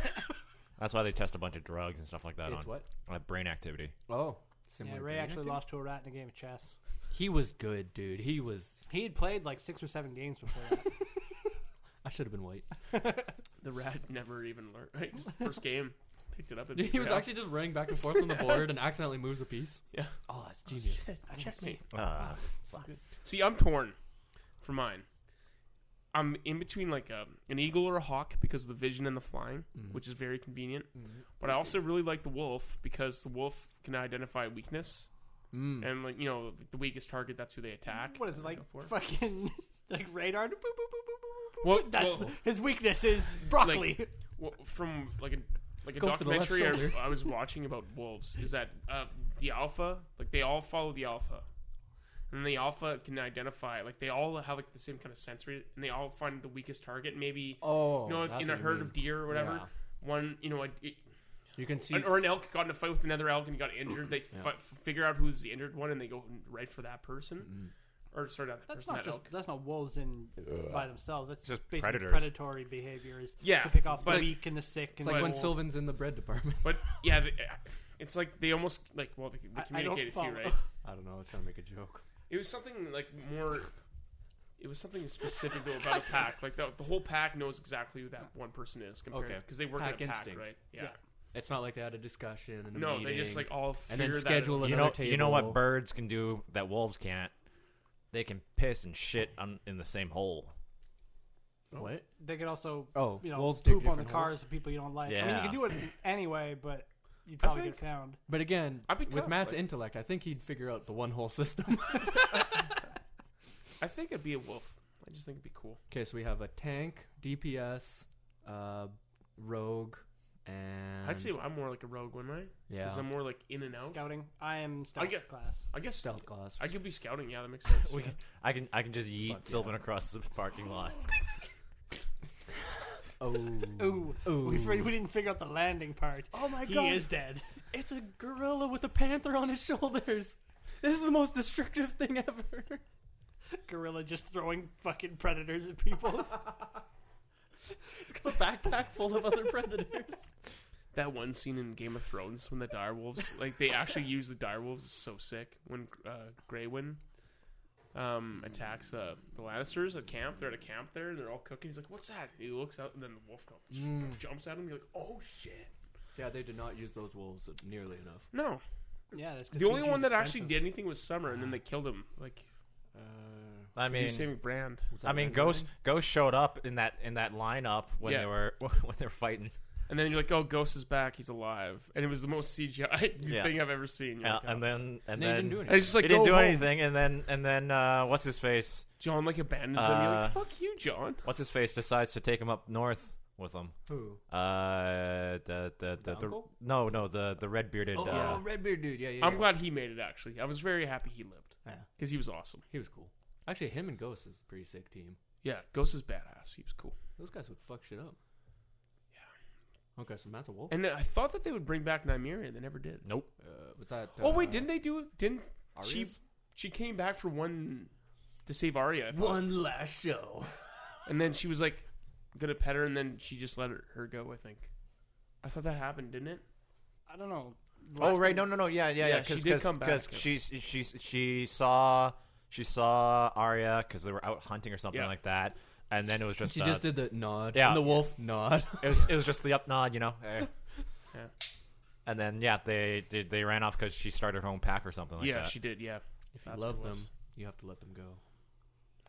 C: That's why they test a bunch of drugs and stuff like that
D: It's
C: on
D: what?
C: uh, brain activity.
D: Oh,
E: Yeah,
D: similar
E: Ray
D: brain
E: actually
D: activity?
E: lost to a rat in a game of chess.
D: He was good, dude. He was.
E: He had played like six or seven games before that.
D: I should have been white.
F: The rat never even learned. Right? Just first game, picked it up. And
D: He was actually just running back and forth on the board and accidentally moves a piece.
F: Yeah.
D: Oh, that's genius.
E: I checked me.
D: Oh,
C: Uh,
F: See, I'm torn for mine. I'm in between like a, an eagle or a hawk because of the vision and the flying,
D: Mm-hmm.
F: which is very convenient. But I also really like the wolf because the wolf can identify weakness
D: Mm.
F: and like you know the weakest target that's who they attack.
E: What is it
F: and
E: like?
F: go for it.
E: Fucking like radar. Boop, boop, boop, boop, boop, boop, boop.
F: Well,
E: That's
F: well-
E: the- his weakness is broccoli.
F: Like, well, from like a like a
D: Go for the left
F: documentary
D: shoulder.
F: I, I was watching about wolves is that uh, the alpha like they all follow the alpha, and the alpha can identify like they all have like the same kind of sensory and they all find the weakest target. Maybe
D: Oh,
F: you know
D: that's
F: in a
D: what you
F: herd
D: mean.
F: of deer or whatever.
D: Yeah.
F: One, you know, a, it-
D: You can see.
F: an- or an elk got in a fight with another elk and got injured. They fi- f- figure out who's the injured one and they go right for that person.
D: Mm-hmm.
F: Or sorry, not that
E: That's
F: person,
E: not
F: that
E: just
F: elk.
E: that's not wolves in by themselves. That's
C: Just
E: just basically
C: predators.
E: predatory behaviors.
F: Yeah,
E: to pick off the
F: but-
E: weak and the sick. And
D: It's like
E: the
D: when
E: old.
D: Sylvan's in the bread department.
F: But yeah, they, uh, it's like they almost like well they, they
E: I- I don't
F: communicate it to you,
E: follow.
F: right?
D: I don't know. I was trying to make a joke.
F: It was something like more. It was something specific though about a pack. Like the, the whole pack knows exactly who that one person is compared
D: Okay.
F: because they work
D: Pack
F: in a
D: instinct.
F: pack, right? Yeah.
D: It's not like they had a discussion and a
F: No, they just
D: meeting.
F: like all
D: And
F: figure
D: then
F: that
D: schedule
F: out.
C: you know,
D: Another
C: you know what
D: table.
C: birds can do that wolves can't. They can piss and shit on, in the same hole.
D: what?
E: they could also
D: Oh,
E: you know
D: wolves dig
E: poop on the
D: different
E: cars of people you don't like. I mean, you
C: Yeah.
E: could do it anyway, but you'd probably
F: think-
E: get found.
D: But again,
F: I'd be
D: with
F: tough,
D: Matt's
F: like-
D: intellect, I think he'd figure out the one whole system.
F: I think it'd be a wolf. I just think it'd be cool.
D: okay, so we have a tank, DPS, uh, rogue, and
F: I'd say I'm more like a rogue one, right?
D: yeah,
F: Because I'm more like in and out.
E: Scouting. I am stealth
F: get-
E: class.
F: I guess
D: stealth class.
F: I could be scouting. Yeah, that makes sense.
C: We can, I can I can just yeet
D: Fuck yeah.
C: Sylvan across the parking lot.
D: Oh,
E: Ooh,
D: Ooh.
E: We, we didn't figure out the landing part.
D: oh my
E: he is dead.
D: It's a gorilla with a panther on his shoulders. This is the most destructive thing ever.
E: Gorilla just throwing fucking predators at people.
D: It's got a backpack full of other predators.
F: That one scene in Game of Thrones when the direwolves, like they actually use the direwolves, is so sick. When uh, Graywin um, attacks uh, the Lannisters at camp, they're at a camp there, and they're all cooking. He's like, "What's that?" He looks out, and then the wolf comes, jumps at him. You're like, "Oh shit!"
D: Yeah, they did not use those wolves nearly enough.
F: No,
E: yeah, that's 'cause
F: the only
E: CG 's
F: one that actually
E: expensive.
F: did anything was Summer, and then they killed him. Like,
D: Uh,
C: I
F: 'cause he
C: mean,
F: was saving Brand.
D: was that
C: I mean,
D: Red
C: Ghost
D: Riding?
C: Ghost showed up in that in that lineup when
F: Yeah.
C: they were when they were fighting,
F: And then you're like, "Oh, Ghost is back. He's alive." And it was the most CGI
C: Yeah.
F: thing I've ever seen. You're
C: uh,
F: like,
C: and
F: "Oh."
C: then and
D: No, you
C: then
D: didn't do
F: I
D: anything.
F: was just like,
C: he didn't
F: "Go
C: do
F: home."
C: anything. And then and then uh, what's his face?
F: John like abandons him. You're
C: Uh,
F: like, "Fuck you, John."
C: What's his face decides to take him up north with him.
D: Who?
C: Uh, the the the, the
D: uncle?
C: no no the the red bearded.
D: Oh,
C: uh,
D: Redbeard dude. Yeah, yeah.
F: I'm glad he made it. Actually, I was very happy he lived
D: Yeah.
F: because he was awesome.
D: He was cool. Actually, him and Ghost is a pretty sick team.
F: Yeah, Ghost is badass. He was cool.
D: Those guys would fuck shit up. Yeah. Okay, so Matt's a wolf.
F: And I thought that they would bring back Nymeria. They never did.
C: Nope.
D: uh, was that?
F: oh wait,
D: uh,
F: didn't they do it? Didn't she?
D: Arias?
F: She came back for one to save Arya, I thought.
D: one last show?
F: and then she was like gonna pet her, and then she just let her, her go. I think. I thought that happened, didn't it?
E: I don't know.
C: Oh
E: Last
C: right,
E: thing-
C: no no no yeah yeah
F: Yeah,
C: yeah
F: she
C: because
F: did come back.
C: she she she saw she saw Arya because they were out hunting or something
F: Yeah.
C: like that, and then it was just
D: She
C: uh,
D: just did the nod.
C: yeah.
D: And the wolf nod.
C: it was it was just the up nod you know. Eh.
F: Yeah.
C: And then yeah they they, they ran off because she started her own pack or something like
F: yeah,
C: that.
F: she did. Yeah,
D: if you
F: That's
D: love
F: what it was.
D: them, you have to let them go.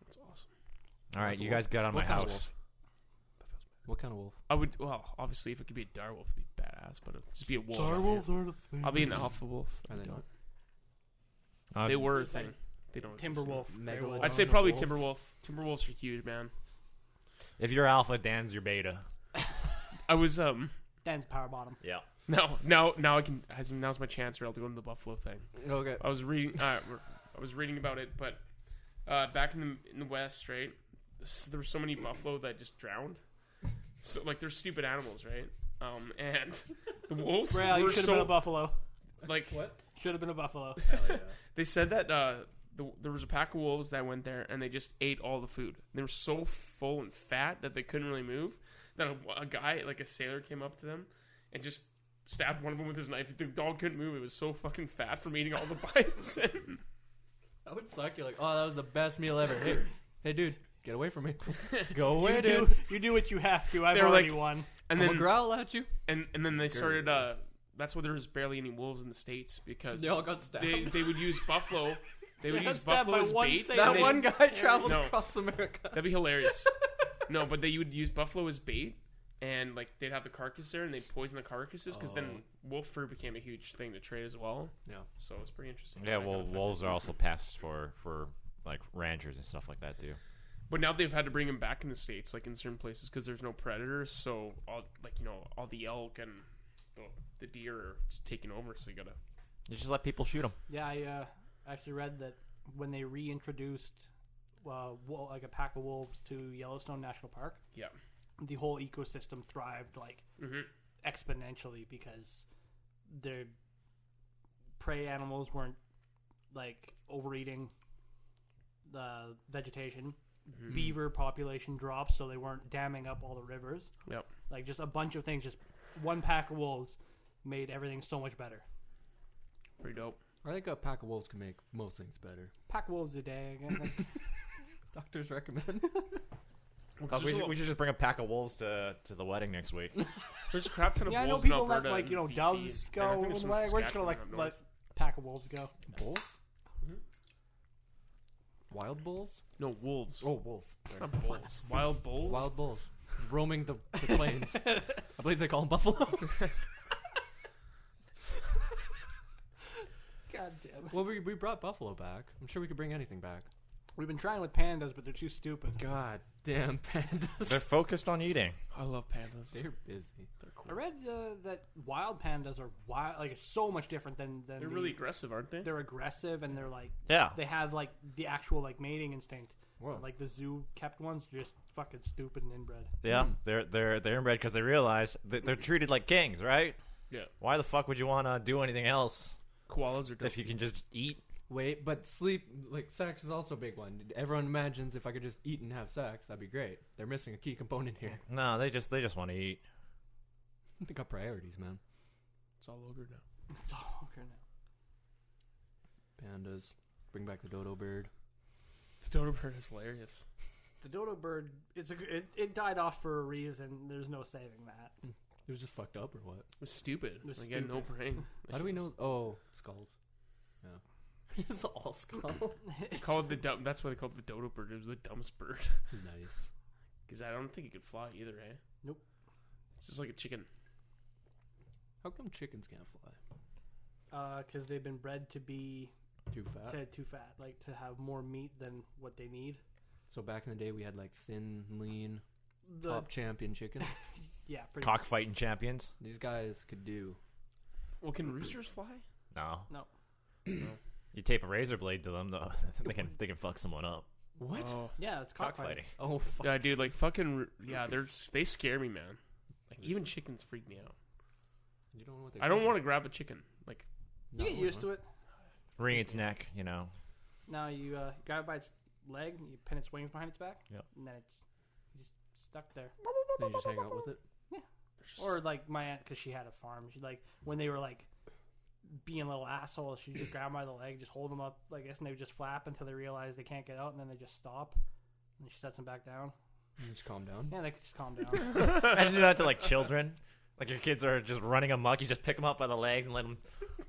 F: that's awesome.
C: All right,
D: That's a
C: you
D: wolf.
C: guys get on my
D: What kind of
C: house.
D: What kind of wolf?
F: I would. Well, obviously, if it could be a direwolf, it'd be badass. But it'd just be a wolf.
B: Direwolves are the thing.
F: I'll be an alpha wolf.
D: Are they not?
C: Uh,
F: They were a thing. They don't. exist anymore.
E: Timberwolf.
D: Megalodon.
F: I'd say probably
D: Wolves.
F: Timberwolf. Timberwolves are huge, man.
C: If you're alpha, Dan's your beta.
F: I was um
E: Dan's power bottom.
C: Yeah.
F: no now now I can as in, now's my chance or I'll go into the Buffalo thing.
D: Okay.
F: I was reading uh, we're- I was reading about it, but uh, back in the in the West, right, s- there were so many buffalo that just drowned. So like they're stupid animals, right? Um, and the wolves
E: Braille, you
F: were
E: should have
F: so
E: been a buffalo.
F: like
D: What?
E: Should have been a buffalo.
F: They said that uh, the, there was a pack of wolves that went there and they just ate all the food. They were so full and fat that they couldn't really move. That a, a guy, like a sailor, came up to them and just stabbed one of them with his knife. The dog couldn't move. It was so fucking fat from eating all the bison.
D: That would suck. You're like, oh, that was the best meal ever. Hey, hey, dude, get away from me. Go away,
E: You
D: dude.
E: do, you do what you have to. I've
F: They're
E: already
F: like-
E: won.
F: and
D: I'm gonna
F: then
D: growl at you.
F: and, and then they started. Uh, that's why there was barely any wolves in the states because
D: They all got stabbed.
F: they, they would use buffalo. They would
E: Got
F: use
E: stabbed
F: buffalo
E: by
F: as
E: one
F: bait.
E: sailor.
F: and
D: that
F: they-
D: one guy traveled
F: No.
D: across America.
F: That'd be hilarious. no, but they would use buffalo as bait, and like they'd have the carcass there, and they'd poison the carcasses because then wolf fur became a huge thing to trade as well.
D: Yeah.
F: So it's pretty interesting.
C: Yeah,
F: That kind
C: well,
F: of thing.
C: wolves are also pests for for like ranchers and stuff like that too.
F: But now they've had to bring them back in the states, like in certain places, because there's no predators. So all like you know all the elk and the, the deer are just taking over. So you gotta.
C: You just let people shoot them.
E: Yeah, I uh, actually read that when they reintroduced uh, wo- like a pack of wolves to Yellowstone National Park,
F: Yeah.
E: the whole ecosystem thrived like
F: Mhm.
E: exponentially because their prey animals weren't like overeating the vegetation.
F: Mm-hmm.
E: Beaver population dropped, so they weren't damming up all the rivers.
F: Yep.
E: Like just a bunch of things. Just one pack of wolves made everything so much better.
F: Pretty dope.
D: I think a pack of wolves can make most things better.
E: Pack of wolves a day. I guess.
D: Doctors recommend.
F: There's,
C: Uh, we,
F: a,
C: should,
F: lot-
C: we should just bring a pack of wolves to to the wedding next week.
F: there's a crap ton of
E: Yeah, I know
F: wolves in
E: people let
F: Alberta
E: like you know
F: and BC.
E: doves
F: And I
E: go.
F: think
E: and
F: there's some
E: We're just gonna
F: Saskatchewan
E: like
F: up north.
E: let pack of wolves go.
D: bulls? Mm-hmm. Wild bulls?
F: no wolves.
D: Oh, wolves.
F: Not bulls. Wild bulls.
D: Wild bulls. Roaming the, the plains. I believe they call them buffalo.
E: God damn.
D: well, we, we brought buffalo back. I'm sure we could bring anything back.
E: We've been trying with pandas, but they're too stupid.
D: God damn pandas.
C: They're focused on eating.
F: I love pandas.
D: They're busy.
E: I
D: They're cool.
E: read uh, that wild pandas are wild, like so much different than than
F: They're
E: the-
F: really aggressive, aren't they?
E: they're aggressive and they're like
C: Yeah,
E: they have like the actual like mating instinct.
D: Whoa.
E: But, like the zoo kept ones, are just fucking stupid and inbred.
C: yeah. They're they're they're inbred because they realize that they're treated like kings, right?
F: Yeah.
C: Why the fuck would you want to do anything else
F: Koalas are dope.
C: if you can just eat?
D: Wait, but sleep, like sex is also a big one. Everyone imagines if I could just eat and have sex, that'd be great. They're missing a key component here.
C: No, they just they just want to eat.
D: they got priorities, man.
F: It's all over now.
E: It's all over now.
D: Pandas. Bring back the dodo bird.
F: The dodo bird is hilarious.
E: The dodo bird, it's a, g- it, it died off for a reason. There's no saving that.
D: It was just fucked up or what?
F: It was stupid.
E: It was
F: like, it had no brain.
D: How do we know? Oh, skulls. Yeah. it's all skull.
F: They call it the dumb. That's why they called it the dodo bird. It was the dumbest bird.
D: nice.
F: Because I don't think it could fly either, eh?
E: Nope.
F: It's just like a chicken.
D: How come chickens can't fly?
E: Because uh, they've been bred to be
D: Too fat.
E: to too fat, like to have more meat than what they need.
D: So back in the day, we had like thin, lean,
E: The
D: top champion chickens.
E: yeah, pretty
C: Cockfighting champions?
D: These guys could do.
F: Well, can roosters fly?
C: No,
E: No.
C: You tape a razor blade to them though. they can they can fuck someone up.
D: What?
F: Oh,
E: yeah, it's
C: Cockfighting.
E: cockfighting.
D: Uh, Oh fuck.
F: yeah, dude. Like fucking. ro- Yeah, they're s- they scare me, man. Like even chickens freak me out.
D: You don't know what they.
F: I don't want to grab a chicken. Like
E: You get used to it.
C: Wring its neck, you know.
E: Now you uh, grab it by its leg, you pin its wings behind its back,
C: Yep.
E: and then it's you just stuck there.
D: Then you just hang out with it.
E: Or like my aunt, because she had a farm. She like when they were like being little assholes, she just grab 'em by the leg, just hold them up like this, and they would just flap until they realize they can't get out, and then they just stop. And she sets them back down.
D: You just calm down.
E: Yeah, they could just calm down.
C: Imagine doing that to like children. Like your kids are just running amok. You just pick them up by the legs and let them,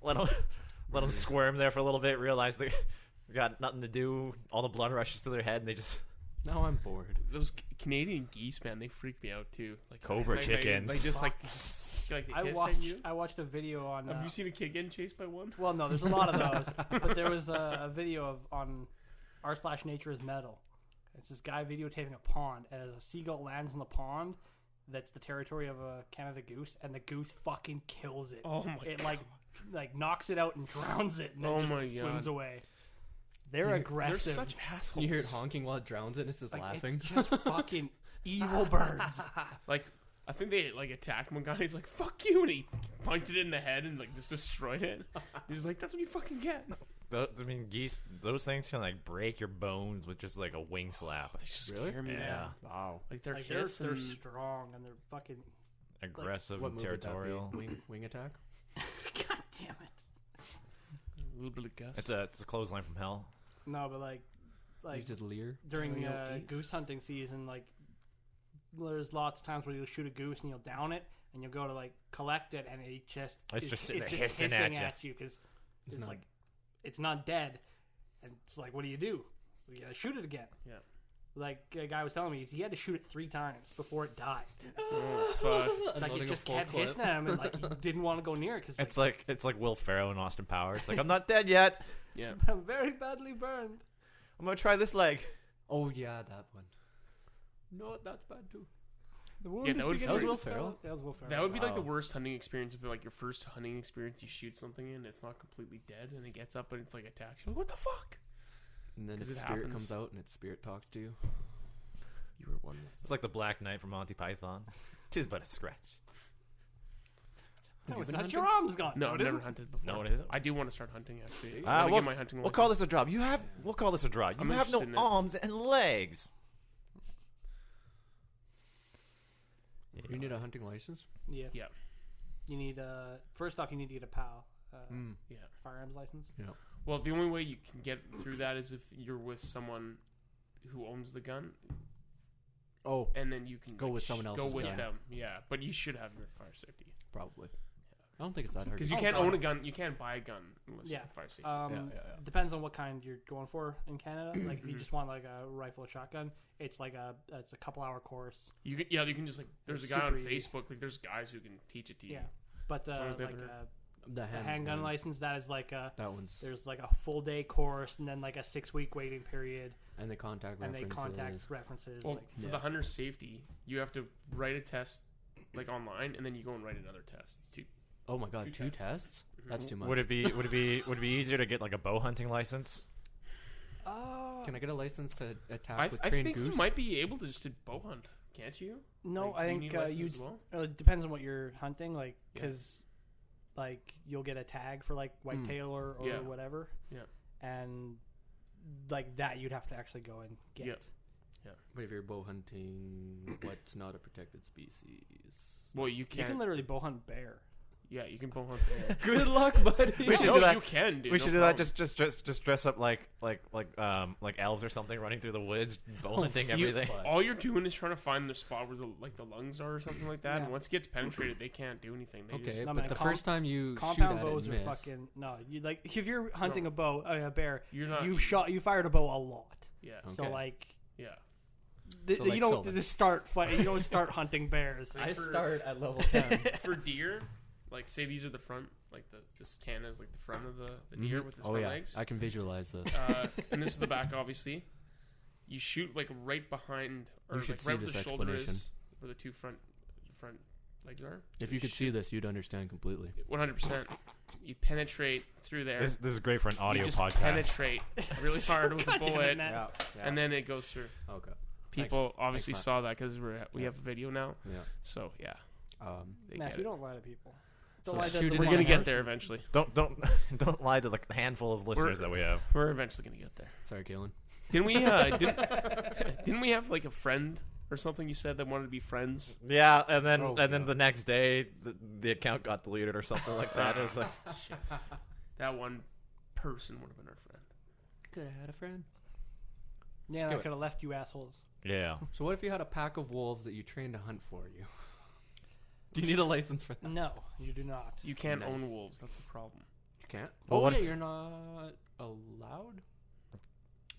C: let them, let them squirm there for a little bit. Realize they got nothing to do. All the blood rushes to their head, and they just
D: Now I'm bored.
F: those C- Canadian geese, man. They freak me out too. Like
C: Cobra
F: like,
C: chickens.
F: Like, like just like like they
E: I
F: hiss at
E: watched.
F: you.
E: I watched a video on.
F: Have
E: uh,
F: you seen a kid getting chased by one?
E: Well, no, there's a lot of those, but there was a, a video of on r slash nature is metal. It's this guy videotaping a pond, and as a seagull lands in the pond, that's the territory of a Canada goose, and the goose fucking kills it.
F: Oh my
E: it like like knocks it out and drowns it, and then
F: Oh
E: just
F: my
E: swims
F: God.
E: away. They're
F: They're
E: aggressive.
F: such assholes.
D: You hear it honking while it drowns it, and it's just
E: Like,
D: laughing.
E: It's just fucking evil birds.
F: Like I think they like attacked one guy. He's like, "Fuck you!" and he punched it in the head and like just destroyed it. He's like, "That's what you fucking get."
C: Tho- I mean, geese. Those things can like break your bones with just like a wing slap.
D: Really?
F: Scare me, man.
C: Yeah.
D: Wow.
F: Like they're
E: Like they're,
F: hiss
E: they're
F: and
E: strong and they're fucking.
C: Aggressive
D: What
C: and
D: movie would that be?
C: territorial.
D: Wing, wing attack.
E: God damn it!
F: a little bit of gust.
C: It's a it's a clothesline from hell.
E: No, but like, like
D: Use his leer.
E: during
D: Real
E: uh,
D: geese.
E: goose hunting season, like there's lots of times where you'll shoot a goose and you'll down it and you'll go to like collect it and it just
C: It's just sitting there hissing at ya.
E: because it's,
D: not-
E: like it's not dead and it's like what do you do? So you gotta shoot it again.
F: Yeah.
E: Like a guy was telling me, he had to shoot it three times before it died.
F: oh fuck!
E: Like
D: Unloading
E: it
D: a
E: just
D: full
E: kept
D: clip.
E: hissing at him, and like he didn't want to go near it because
C: It's like it's like Will Ferrell and Austin Powers. Like I'm not dead yet.
F: Yeah.
E: I'm very badly burned.
C: I'm gonna try this leg.
D: Oh yeah, that one. No, that's bad too.
E: The wound
F: Yeah,
E: is
F: that would
E: beginning
F: that was
E: to
D: Will
E: swell.
D: Ferrell?
E: That was Will Ferrell.
F: That would be like the
D: Wow.
F: worst hunting experience if like your first hunting experience you shoot something in it's not completely dead and it gets up and it's like attacks you. Like, what the fuck?
D: And then
F: 'Cause
D: his
F: it
D: spirit
F: happens.
D: comes out and its spirit talks to you.
F: You were one with
C: It's like the Black Knight from Monty Python. Tis but a scratch.
E: No,
D: you
E: it's
D: been
E: not
D: hunting?
E: your arm's gone.
F: No,
E: No,
F: I've
E: it
F: never
E: isn't.
F: hunted before.
C: No, it Oh, isn't.
F: I do want to start hunting actually.
C: Ah,
F: I want to
C: well,
F: get my hunting.
C: We'll call this a draw. You have we'll call this a draw. You
F: I'm
C: have no
F: interested in it.
C: arms and legs.
D: You need a hunting license.
E: Yeah.
F: Yeah.
E: You need uh first off you need to get a PAL, uh,
D: Hmm.
F: Yeah.
E: firearms license.
F: Well, the only way you can get through that is if you're with someone who owns the gun,
D: Oh,
F: and then you can
D: Go
F: like,
D: with
F: sh-
D: someone
F: Go
D: else's
F: with
D: gun.
F: them. Yeah, but you should have your fire safety
D: probably. I don't think it's that hard.
F: because you
E: Oh,
F: can't
E: God.
F: own a gun. You can't buy a gun unless you
E: Yeah.
F: have fire safety.
E: Um
D: yeah, yeah.
E: depends on what kind you're going for in Canada. Like if
F: Mm-hmm.
E: you just want like a rifle or shotgun, it's like a it's a couple hour course.
F: you can, yeah, you can just like. There's a guy on
E: Super easy.
F: Facebook. Like, there's guys who can teach it to you.
E: Yeah. But uh,
F: As long as they
E: like
F: have their-
E: a,
D: the
E: a
D: hand,
E: handgun
D: one.
E: license that is like a
D: That one's
E: there's like a full day course and then like a six week waiting period
D: and the contact
E: and they
D: references.
E: contact references
F: Well,
E: like
F: for
D: Yeah.
F: the hunter's safety, you have to write a test like online, and then you go and write another test too.
D: Oh my god,
F: Two
D: two, tests?
E: Mm-hmm.
D: That's too much.
C: Would it be would it be would it be easier to get like a bow hunting license?
E: uh,
D: Can I get a license to attack
F: I,
D: with
F: I
D: trained
F: think
D: goose?
F: you might be able to just to bow hunt, can't you?
E: no,
F: Like,
E: I
F: do
E: think
F: need
E: uh,
F: license
E: you
F: as well?
E: Uh, it depends on what you're hunting, like
F: Yeah. Hmm.
E: because like you'll get a tag for like whitetail or, or
F: Yeah.
E: whatever.
F: Yeah.
E: and like that you'd have to actually go and get.
F: Yeah.
D: But if you're bow hunting, what's not a protected species?
F: Well, you
E: You
F: can.
E: can literally bow hunt bear.
F: yeah, you can bow hunt. Yeah.
D: Good luck, buddy.
C: We should
F: no,
C: do that.
F: You can. Dude,
C: we
F: no
C: should do that.
F: problem.
C: Just just just just dress up like like like um like elves or something, running through the woods, bow hunting everything.
F: all you're doing is trying to find the spot where the like the lungs are or something like that.
E: Yeah.
F: And once it gets penetrated, they can't do anything. They
D: Okay,
F: just,
E: No,
D: but
E: man,
D: the
E: com-
D: first time you shoot
E: Compound
D: at
E: bows
D: it,
E: are
D: and miss,
E: fucking no. You like if you're hunting a bow, uh, a bear,
F: you're not.
E: you've shot, you fired a bow a lot.
F: Yeah,
E: So
D: Okay.
E: like.
F: yeah.
E: th-
D: So,
E: th-
D: like
E: you don't
D: Sylvan.
E: just start. Fight, you don't start hunting bears.
F: I For- start
D: at level ten.
F: For deer, like say these are the front, like the this can is like the front of the, the deer with its
D: oh
F: front
D: yeah,
F: legs.
D: I can visualize this.
F: uh, and this is the back, obviously. You shoot like right behind, or
D: You should
F: like
D: see
F: right where the
D: this
F: shoulder is,
D: explanation.
F: where the two front front legs are.
D: If you could see this, you'd understand completely.
F: one hundred percent, you penetrate through there.
C: This, this is great for an audio
F: you just
C: podcast.
F: penetrate really hard with a
E: God damn it,
F: bullet,
E: Matt.
F: and then it goes through.
D: Okay.
F: People obviously
D: Matt.
F: saw that because we're we
D: Yeah.
F: have a video now,
D: Yeah.
F: so yeah,
D: Um,
F: they
E: Matthew,
F: get it.
E: don't lie to people.
D: So
E: Don't lie to
D: shoot
E: the
D: it
F: We're
D: in
F: gonna
D: the
F: get
E: person.
F: there eventually.
C: Don't don't don't lie to the handful of listeners that we have.
F: We're eventually gonna get there.
D: sorry, Kalen.
F: Didn't we? Uh, didn't, didn't we have like a friend or something? You said that wanted to be friends.
C: Yeah, and then
D: Oh,
C: and then
D: God.
C: the next day the, the account got deleted or something like that. It was like
F: That one person would have been our friend.
D: Could have had a friend.
E: Yeah, I
D: Do it.
E: could have left you assholes.
C: yeah.
D: So what if you had a pack of wolves that you trained to hunt for you? Do you need a license for that?
E: No, you do not.
F: You can't
D: Nice.
F: own wolves. That's the problem.
D: You can't.
C: Well,
D: oh
C: what-
D: yeah, you're not allowed.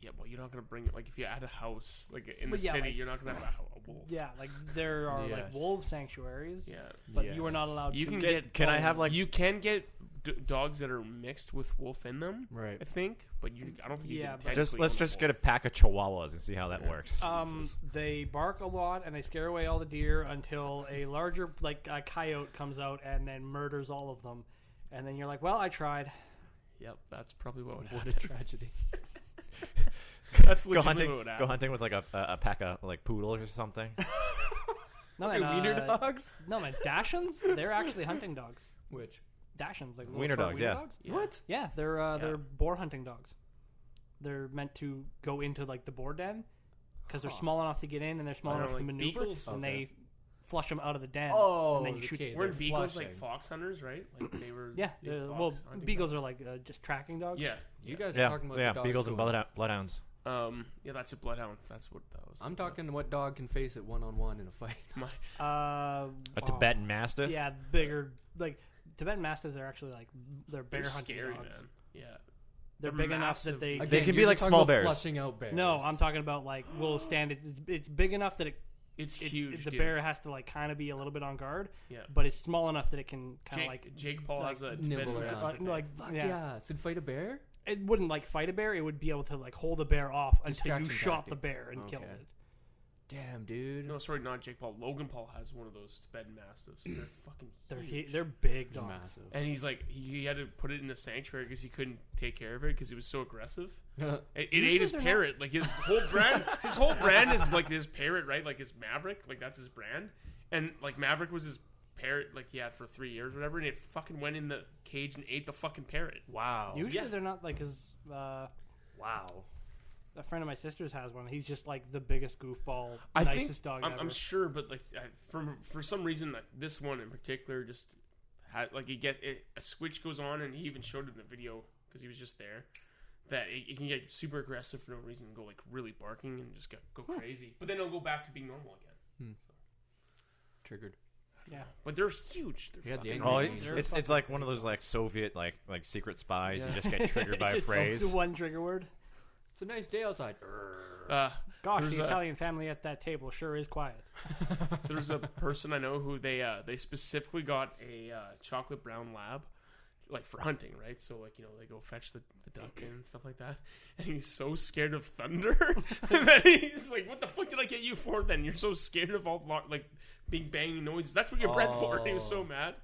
F: Yeah, well, you're not gonna bring it. Like, if you had a house, like in the
E: But yeah,
F: city,
E: like-
F: you're not gonna have a, a wolf.
E: Yeah, like there are
D: Yeah.
E: like wolf sanctuaries,
F: yeah.
E: but you are not allowed.
F: You
E: to
F: can
C: Can,
F: get.
C: can I have like
F: you can get d- dogs that are mixed with wolf in them.
D: Right.
F: I think, but you. I don't think you
E: Yeah,
F: can.
E: but-
F: technically
C: just let's
F: own
C: just
F: wolf.
C: get a pack of chihuahuas and see how that
F: Yeah.
C: works.
E: Um, they bark a lot and they scare away all the deer until a larger, like a coyote, comes out and then murders all of them. And then you're like, "Well, I tried."
F: Yep, that's probably what would
D: What
F: happen.
D: a tragedy.
F: that's
C: go
F: legitimately
C: hunting
F: what would
C: go
F: happen.
C: hunting with like a, a a pack of like poodles or something.
E: No,
D: Wait,
E: man,
D: wiener
E: uh,
D: dogs?
E: No, man, Dachshunds, they're actually hunting dogs.
D: Which?
E: Dachshunds, like little
C: Wiener
E: short
C: dogs,
E: wiener
C: yeah.
E: dogs.
D: What?
E: Yeah, they're uh,
C: Yeah.
E: they're boar hunting dogs. They're meant to go into like the boar den because they're
D: Huh.
E: small enough to get in and they're small
F: Are they
E: enough to
F: like
E: maneuver,
F: beagles?
E: and
D: Okay.
E: they flush them out of the den.
D: Oh,
E: and then you shoot.
D: okay,
E: them.
F: Weren't
D: they're
F: beagles
D: flushing.
F: like fox hunters, right? Like they were.
E: Yeah,
F: big
E: they're-
F: fox
E: well,
F: hunting
E: beagles are like uh, just tracking
F: dogs?
E: dogs.
F: Yeah.
D: You guys
C: yeah,
D: are talking about
C: yeah,
D: the dogs
C: beagles and
D: going.
C: bloodhound- bloodhounds.
F: Um. Yeah, that's a bloodhound. That's what that was.
D: I'm talking what dog can face it one on one in a fight.
E: Uh,
C: A
E: wow.
C: Tibetan mastiff.
E: Yeah, bigger like Tibetan mastiffs are actually like they're
F: They're
E: bear hunting
F: scary,
E: dogs.
F: man. Yeah.
E: They're,
F: They're
E: big enough that
F: massive
E: they.
C: They
D: Again,
C: can be
D: you're
C: like
D: talking
C: small
D: about
C: bears.
D: Flushing out bears.
E: No, I'm talking about like will stand. It, it's, it's big enough that it,
F: It's,
E: it's,
F: huge.
E: the
F: dude.
E: bear has to like kind of be a little bit on guard,
F: Yeah.
E: but it's small enough that it can kind
F: Jake,
E: of like
F: Jake Paul has a
D: like
F: Tibetan
D: nibble
F: mastiff,
D: around.
E: uh,
F: I think.
E: like
D: Yeah.
E: yeah.
D: so fight a bear.
E: it wouldn't like fight a bear. It would be able to like hold a bear off until you
D: Distraction
E: shot the
D: tactics.
E: bear and killed
D: Okay.
E: it.
D: Damn, dude.
F: No, sorry, not Jake Paul. Logan Paul has one of those Tibetan mastiffs. They're fucking.
E: They're
F: huge.
E: he, they're big
D: It's
E: dogs.
F: And he's like, he had to put it in a sanctuary because he couldn't take care of it because it was so aggressive.
D: massive.
F: It, it ate his
E: they're not-
F: parrot. Like his whole brand, his whole brand is like his parrot, right? Like his Maverick, like that's his brand. And like Maverick was his parrot, like he had for three years, or whatever. And it fucking went in the cage and ate the fucking parrot.
C: Oh,
D: wow.
E: Usually
F: yeah.
E: they're not like as uh,
D: wow.
E: a friend of my sister's has one. He's just like the biggest goofball,
F: I
E: nicest
F: think
E: dog
F: I'm,
E: ever.
F: I'm sure, but like I, from for some reason, like this one in particular just had like he get it, a switch goes on, and he even showed it in the video because he was just there. That it, it can get super aggressive for no reason, and go like really barking and just go, go crazy. But then it'll go back to being normal again.
D: Triggered.
E: yeah,
F: But they're huge. They're
D: Yeah, the
F: fucking
D: angry
C: Oh,
D: They're-
C: it's, it's it's like one of those like Soviet like like secret spies.
D: Yeah.
C: You just get triggered by a
E: Just
C: phrase.
E: the one trigger word.
D: It's a nice day outside.
F: Uh,
E: Gosh,
F: There's
E: the
F: a-
E: Italian family at that table sure is quiet.
F: there's a person I know who they uh, they specifically got a uh, chocolate brown lab, like for hunting, right? So like you know they go fetch the, the duck in and stuff like that, and he's so scared of thunder that he's like, "What the fuck did I get you for? Then you're so scared of all lo- like big banging noises. That's what you're bred for." He was
D: Oh.
F: so mad.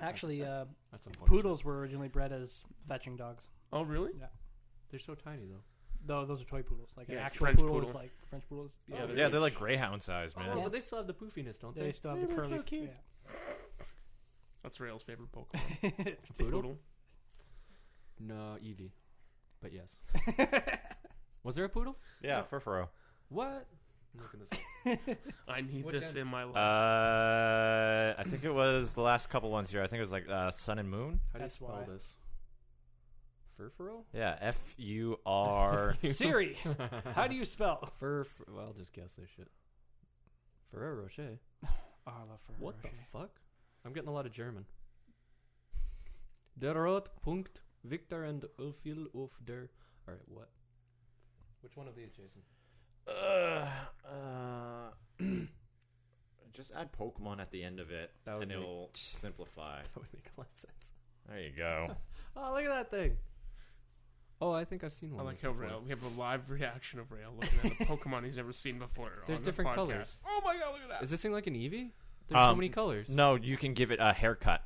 E: Actually, uh,
D: That's unfortunate.
E: poodles were originally bred as fetching dogs.
F: Oh really?
D: They're so tiny though.
E: Though those are toy poodles, like an
F: Yeah,
E: actual
F: French
E: poodle, is
F: poodle.
E: like French poodles.
F: Yeah,
C: Yeah, they're like greyhound size, man.
D: Oh,
E: Yeah.
D: but they still have the poofiness, don't they?
E: They still have the
D: They look
E: curly.
D: so cute.
E: yeah.
F: That's Rail's favorite Pokemon.
D: A
F: Poodle.
D: poodle? No, Eevee. But yes. Was there a poodle?
C: Yeah, furfuro.
D: What? I'm looking this up.
F: I need
D: What
F: this
D: gen-
F: in my life.
C: Uh, I think it was the last couple ones here. I think it was like uh, sun and moon.
D: How do you
E: That's
D: spell
E: why.
D: this? Furfuro?
C: Yeah, F U R.
E: Siri, how do you spell?
D: Fur, fur well, I'll just guess this shit. Ferrero Rocher.
E: Oh, I love Ferrero
D: What the
E: Rocher.
D: fuck? I'm getting a lot of German. Der Rotpunkt, Victor and Ulfil of der. Alright, what? Which one of these, Jason?
C: Uh, uh, just add Pokemon at the end of it,
D: That would
C: and
D: make-
C: it'll simplify.
D: That would make a lot of sense.
C: There you go.
D: Oh, look at that thing! Oh, I think I've seen one.
F: I
D: of
F: like
D: these
F: how
D: before.
F: Rail. We have a live reaction of Rail looking at a Pokemon he's never seen before.
D: There's
F: on
D: different
F: the podcast.
D: colors.
F: Oh my god, look at that!
D: Is this thing like an Eevee? There's so
C: Um,
D: many colors.
C: no, you can give it a haircut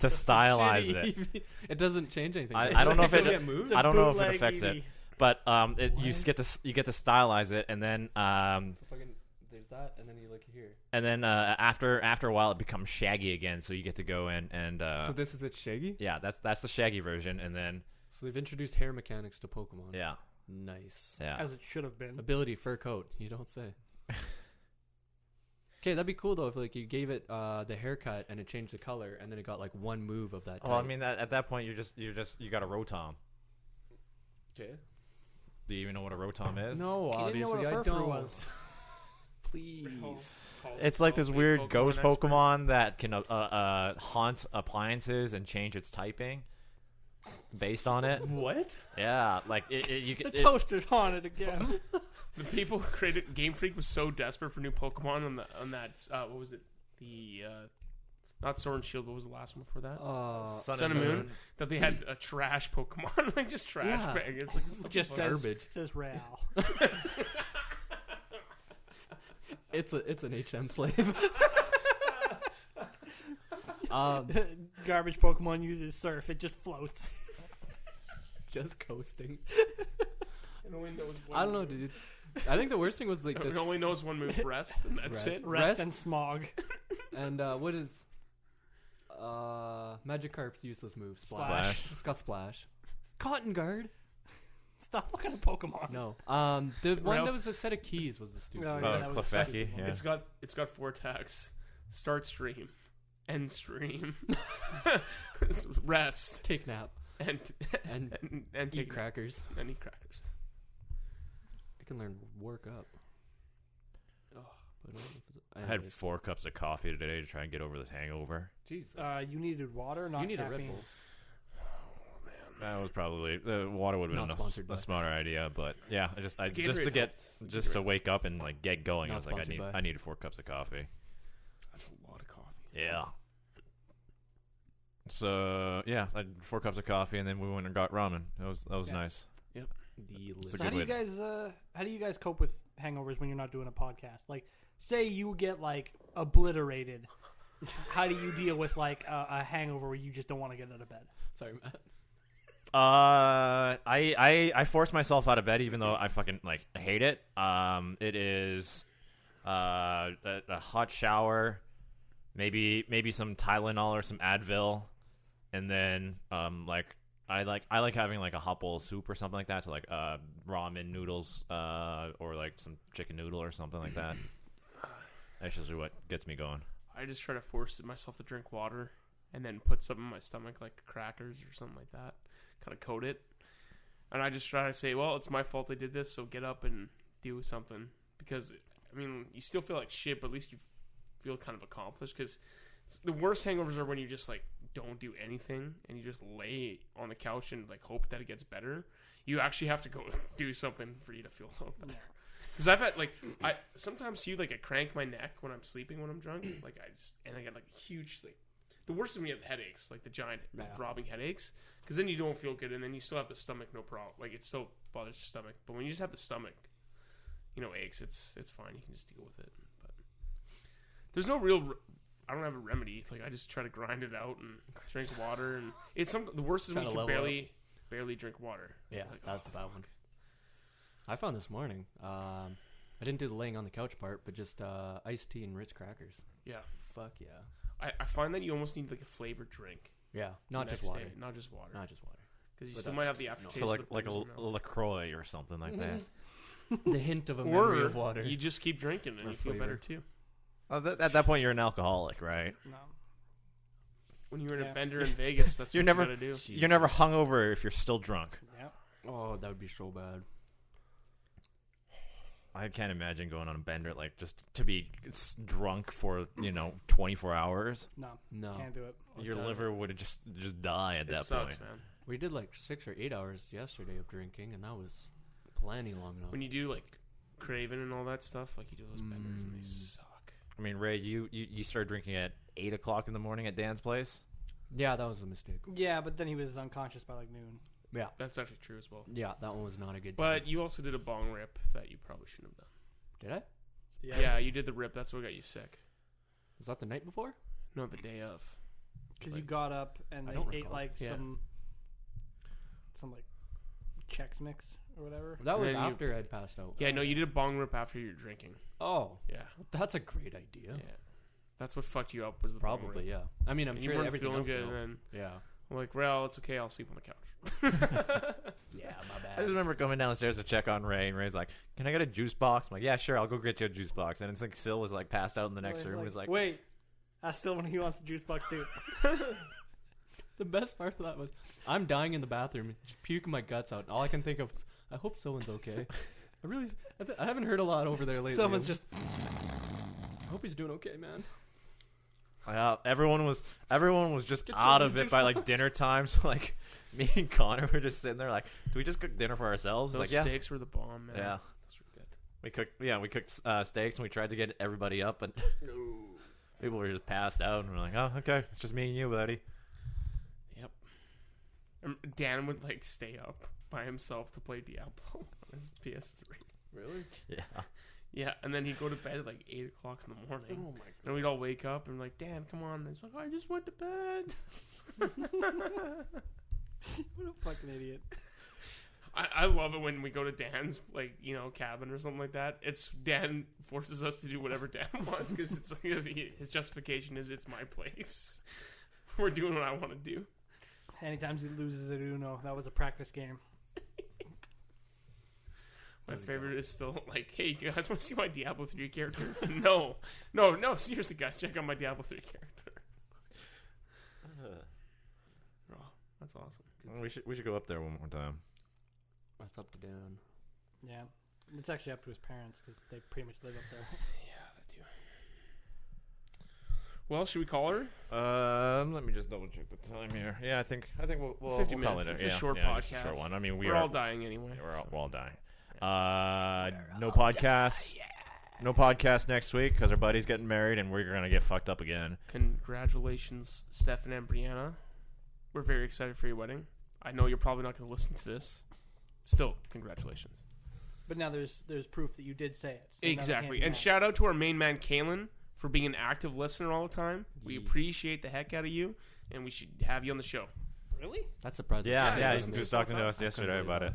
C: to stylize
D: Shitty
C: it.
D: Eevee. It doesn't change anything.
C: I-
D: does
C: I don't know if
D: actually
C: it-
D: get moved.
C: I don't know if it
E: bootleg
C: affects it,
F: E
E: Eevee.
C: but um, it, you
D: What?
C: s- get to s- you get to stylize it, and then um,
D: So fucking, there's that, and then you look here.
C: and then uh, after after a while, it becomes shaggy again. So you get to go in and uh,
D: so this is it, Shaggy.
C: yeah, that's that's the shaggy version, and then
D: So they've introduced hair mechanics to Pokemon.
C: yeah,
D: Nice.
C: yeah.
E: As it should have been.
D: Ability fur coat. You don't say. Okay, that'd be cool though if like you gave it uh, the haircut and it changed the color and then it got like one move of that.
C: Well, Oh, I
D: type.
C: mean that at that point, you're just you're just you got a Rotom.
D: okay.
C: Do you even know what a Rotom is?
D: No,
E: He didn't know
D: obviously
E: what a
D: I
E: furfur
D: don't.
E: was.
D: Please.
C: It's like this weird ghost
F: Pokemon. expert.
C: Pokemon that can uh, uh, haunt appliances and change its typing based on it.
D: What?
C: Yeah, like it, it, you
E: The
C: can. it-
E: toaster's haunted again.
F: The people who created Game Freak was so desperate for new Pokemon on the on that uh, what was it the uh, not Sword and Shield what was the last one before that
C: Oh.
D: Uh,
C: Sun,
F: Sun and Moon that they had a trash Pokemon like just trash
D: Yeah.
F: bag. It's like what the
E: Just
F: fuck?
E: says
D: Garbage.
E: says Ral.
D: it's a it's an HM slave. um,
E: Garbage Pokemon uses surf. It just floats.
D: just coasting.
F: And the window was
D: I don't know,
F: blue.
D: dude. I think the worst thing was like
F: It
D: this.
F: only knows one move, rest, and that's
D: Rest.
F: it.
E: Rest,
D: Rest-
E: and smog.
D: And uh, what is uh, Magikarp's useless move? Splash.
E: Splash.
D: It's got splash. Cotton guard.
E: Stop looking at Pokemon.
D: No. Um, the one
F: Ralph.
D: that was a set of keys was the stupid.
E: Oh,
D: one.
E: yeah,
C: Oh,
E: that was
C: Klefeki,
E: stupid.
C: yeah.
F: It's got it's got four attacks. Start stream, end stream, rest,
D: Take nap
F: and
D: and
F: and, and
D: eat
F: take
D: crackers.
F: and eat crackers.
D: I can learn work up. But I don't know if it's-
C: I had
D: anyways.
C: four cups of coffee today to try and get over this hangover.
D: Jesus.
E: Uh, you needed water, not
D: you need a
E: caffeine.
D: Red Bull.
C: Oh, That was probably the water would have
D: Not
C: been a-
D: sponsored
C: a,
D: by.
C: smarter idea, but yeah, I just I just to
F: Gatorade
C: get
F: helped.
C: just to
F: Gatorade.
C: wake up and like get going. I
D: Not
C: was like, I
D: sponsored
C: need
D: by.
C: I needed four cups of coffee.
F: That's a lot of coffee.
C: Yeah. So yeah, I had four cups of coffee, and then we went and got ramen. That was that was
E: Yeah.
C: nice.
D: Delicious.
C: a
E: So how
C: good
E: do you
C: way
E: guys uh, how do you guys cope with hangovers when you're not doing a podcast? Like, say you get like obliterated. how do you deal with like a, a hangover where you just don't want to get out of bed?
D: Sorry, Matt.
C: Uh, I I I force myself out of bed, even though I fucking like hate it. Um, it is, uh, a, a hot shower, maybe maybe some Tylenol or some Advil, and then um like. I like I like having like a hot bowl of soup or something like that. So like uh, ramen noodles, uh, or like some chicken noodle or something like that. That's usually what gets me going.
F: I just try to force myself to drink water and then put something in my stomach, like crackers or something like that, kind of coat it. And I just try to say, well, it's my fault I did this, so get up and do something. Because, I mean, you still feel like shit, but at least you feel kind of accomplished. Because the worst hangovers are when you just, like, don't do anything and you just lay on the couch and, like, hope that it gets better. You actually have to go do something for you to feel a little better. Because I've had like I sometimes you like I crank my neck when I'm sleeping when I'm drunk. Like I just and I get like huge like the worst of me have headaches like the giant throbbing headaches because then you don't feel good and then you still have the stomach no problem like it still bothers your stomach but when you just have the stomach you know aches it's it's fine you can just deal with it but there's no real re- I don't have a remedy like I just try to grind it out and drink water and it's some the worst is when
D: Tryna
F: you can
D: level
F: barely barely drink water
D: Yeah,
F: Like, oh,
D: that's the bad one. I found this morning. Um, I didn't do the laying on the couch part, but just uh, iced tea and Ritz crackers.
F: yeah
D: Fuck yeah.
F: I, I find that you almost need like a flavored drink
D: Yeah, not
F: the
D: just
F: next
D: water.
F: day. Not just water.
D: Not just water.
F: Because you
D: But
F: still
D: that's-
F: might have the
D: no.
F: aftertaste.
C: So like
F: of the
C: like a
F: poison now.
C: Lacroix or something
D: Mm-hmm.
C: like that.
D: the hint of a memory
F: or
D: of water.
F: you just keep drinking and
D: Or
F: you feel
D: flavor.
F: better too.
C: at that point, you're an alcoholic, right?
E: No.
F: When you were in
E: Yeah.
F: a bender in Vegas, that's
C: You're
F: what
C: never-
F: you gotta do.
C: You're never hungover if you're still drunk.
E: Yeah.
D: Oh, that would be so bad.
C: I can't imagine going on a bender like just to be s- drunk for you know 24 hours.
E: No.
D: No,
E: Can't do it.
C: Your
D: Okay.
C: liver would just just die at
F: It
C: that
F: sucks,
C: point.
F: man.
D: we did like six or eight hours yesterday of drinking, and that was plenty long enough.
F: When you do like Craven and all that stuff, like you do those benders and
D: Mm.
F: they suck.
C: I mean, Ray, you, you you started drinking at eight o'clock in the morning at Dan's place.
D: yeah, that was a mistake.
E: Yeah, but then he was unconscious by like noon.
D: Yeah,
F: That's actually true as well.
D: yeah, that one was not a good.
F: But
D: time.
F: you also did a bong rip that you probably shouldn't have done.
D: did I?
F: Yeah, you did the rip. That's what got you sick.
D: Was that the night before?
F: No, the day of.
E: Because you
F: Like-
E: got up and
D: I
E: they
D: don't
E: ate
D: recall.
E: like
F: Yeah.
E: some some like Chex Mix or whatever.
D: That was
F: Then you-
D: after I'd passed out.
F: Yeah, no, you did a bong rip after you were drinking.
D: Oh,
F: Yeah,
D: that's a great idea.
F: yeah. That's what fucked you up was the bong
D: Probably,
F: rip.
D: yeah. I mean, I'm
F: And you
D: sure
F: weren't
D: everything
F: feeling
D: else.
F: good, and
D: though.
F: then
D: Yeah.
F: I'm like, well, it's okay. I'll sleep on the couch.
D: Yeah, my
C: I just
D: bad.
C: remember coming downstairs to check on Ray, and Ray's like, "Can I get a juice box?" I'm like, "Yeah, sure, I'll go get you a juice box." And it's like Sil was like passed out in the next
E: Always
C: room. He's like,
E: wait, that's still when he wants the juice box too.
D: The best part of that was I'm dying in the bathroom, just puking my guts out, and all I can think of is, I hope someone's okay. I really, I, th- I haven't heard a lot over there lately.
E: Someone's
D: I'm-
E: just
D: I hope he's doing okay, man.
C: Yeah, everyone was everyone was just
D: Get
C: out
D: some
C: of it by like dinner time. So like me and Connor were just sitting there like, do we just cook dinner for ourselves?
F: Those
C: like yeah,
F: steaks were the bomb, man.
C: yeah.
F: those were good.
C: We cooked yeah we cooked uh, steaks and we tried to get everybody up, but people were just passed out and we're like, oh okay, it's just me and you, buddy.
F: Um, Dan would like stay up by himself to play Diablo on his PS3.
D: Really?
C: Yeah,
F: Yeah, and then he'd go to bed at like eight o'clock in the
D: Oh
F: morning,
D: my
F: and we'd all wake up and like, Dan, come on. And he's like, I just went to bed.
E: what a fucking idiot.
F: I, I love it when we go to Dan's like you know cabin or something like that. It's Dan forces us to do whatever Dan wants because it's his justification is it's my place. We're doing what I want to do.
E: Anytime he loses at Uno, that was a practice game.
F: My
D: How's it
F: favorite is still like, hey you guys, want to see my Diablo three character? no, no, no. Seriously, guys, check out my Diablo three character.
C: Uh,
F: Oh, that's awesome.
C: We should we should go up there one more time.
D: That's up to Dan.
E: Yeah. It's actually up to his parents because they pretty much live up there.
F: Yeah, that too. Well, should we call her?
C: Um, let me just double check the time here. Yeah, I think I think we'll we'll,
F: 50
C: we'll call
F: minutes.
C: it
F: It's a
C: yeah,
F: short
C: yeah, just
F: podcast.
C: A short one. I mean, we
F: are
C: are
F: all dying anyway.
C: We're all, we're all dying. Uh, no podcast. No podcast next week because our buddy's getting married and we're gonna get fucked up again.
F: Congratulations, Stefan and Brianna. We're very excited for your wedding. I know you're probably not going to listen to this. Still, congratulations.
E: But now there's there's proof that you did say it. so now they can't
F: Exactly.
E: be
F: And
E: mad.
F: shout out to our main man, Kalen, for being an active listener all the time. We appreciate the heck out of you, and we should have you on the show.
E: Really?
D: That's surprising.
C: Yeah, yeah.
F: Yeah, he
C: he's
F: listens
C: he
F: to
C: was
F: us all
C: talking
F: the
C: to us yesterday
D: believe
C: about it.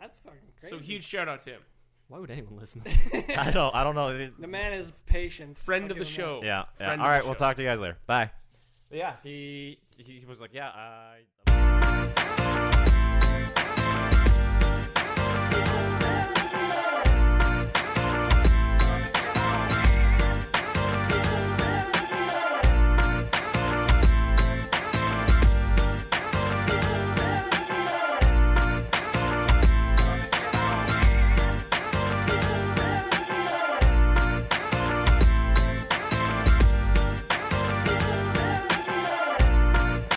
E: That's fucking crazy.
F: So, huge shout out to him.
D: Why would anyone listen? to this?
C: I don't. I don't know. It-
E: The man is patient.
F: Friend
E: I'll
F: of the
E: give him that.
F: show.
C: yeah. yeah.
F: Friend
C: All
F: of
C: right.
F: the
C: We'll
F: show.
C: talk to you guys later. Bye. Yeah. He he was like, yeah. Uh,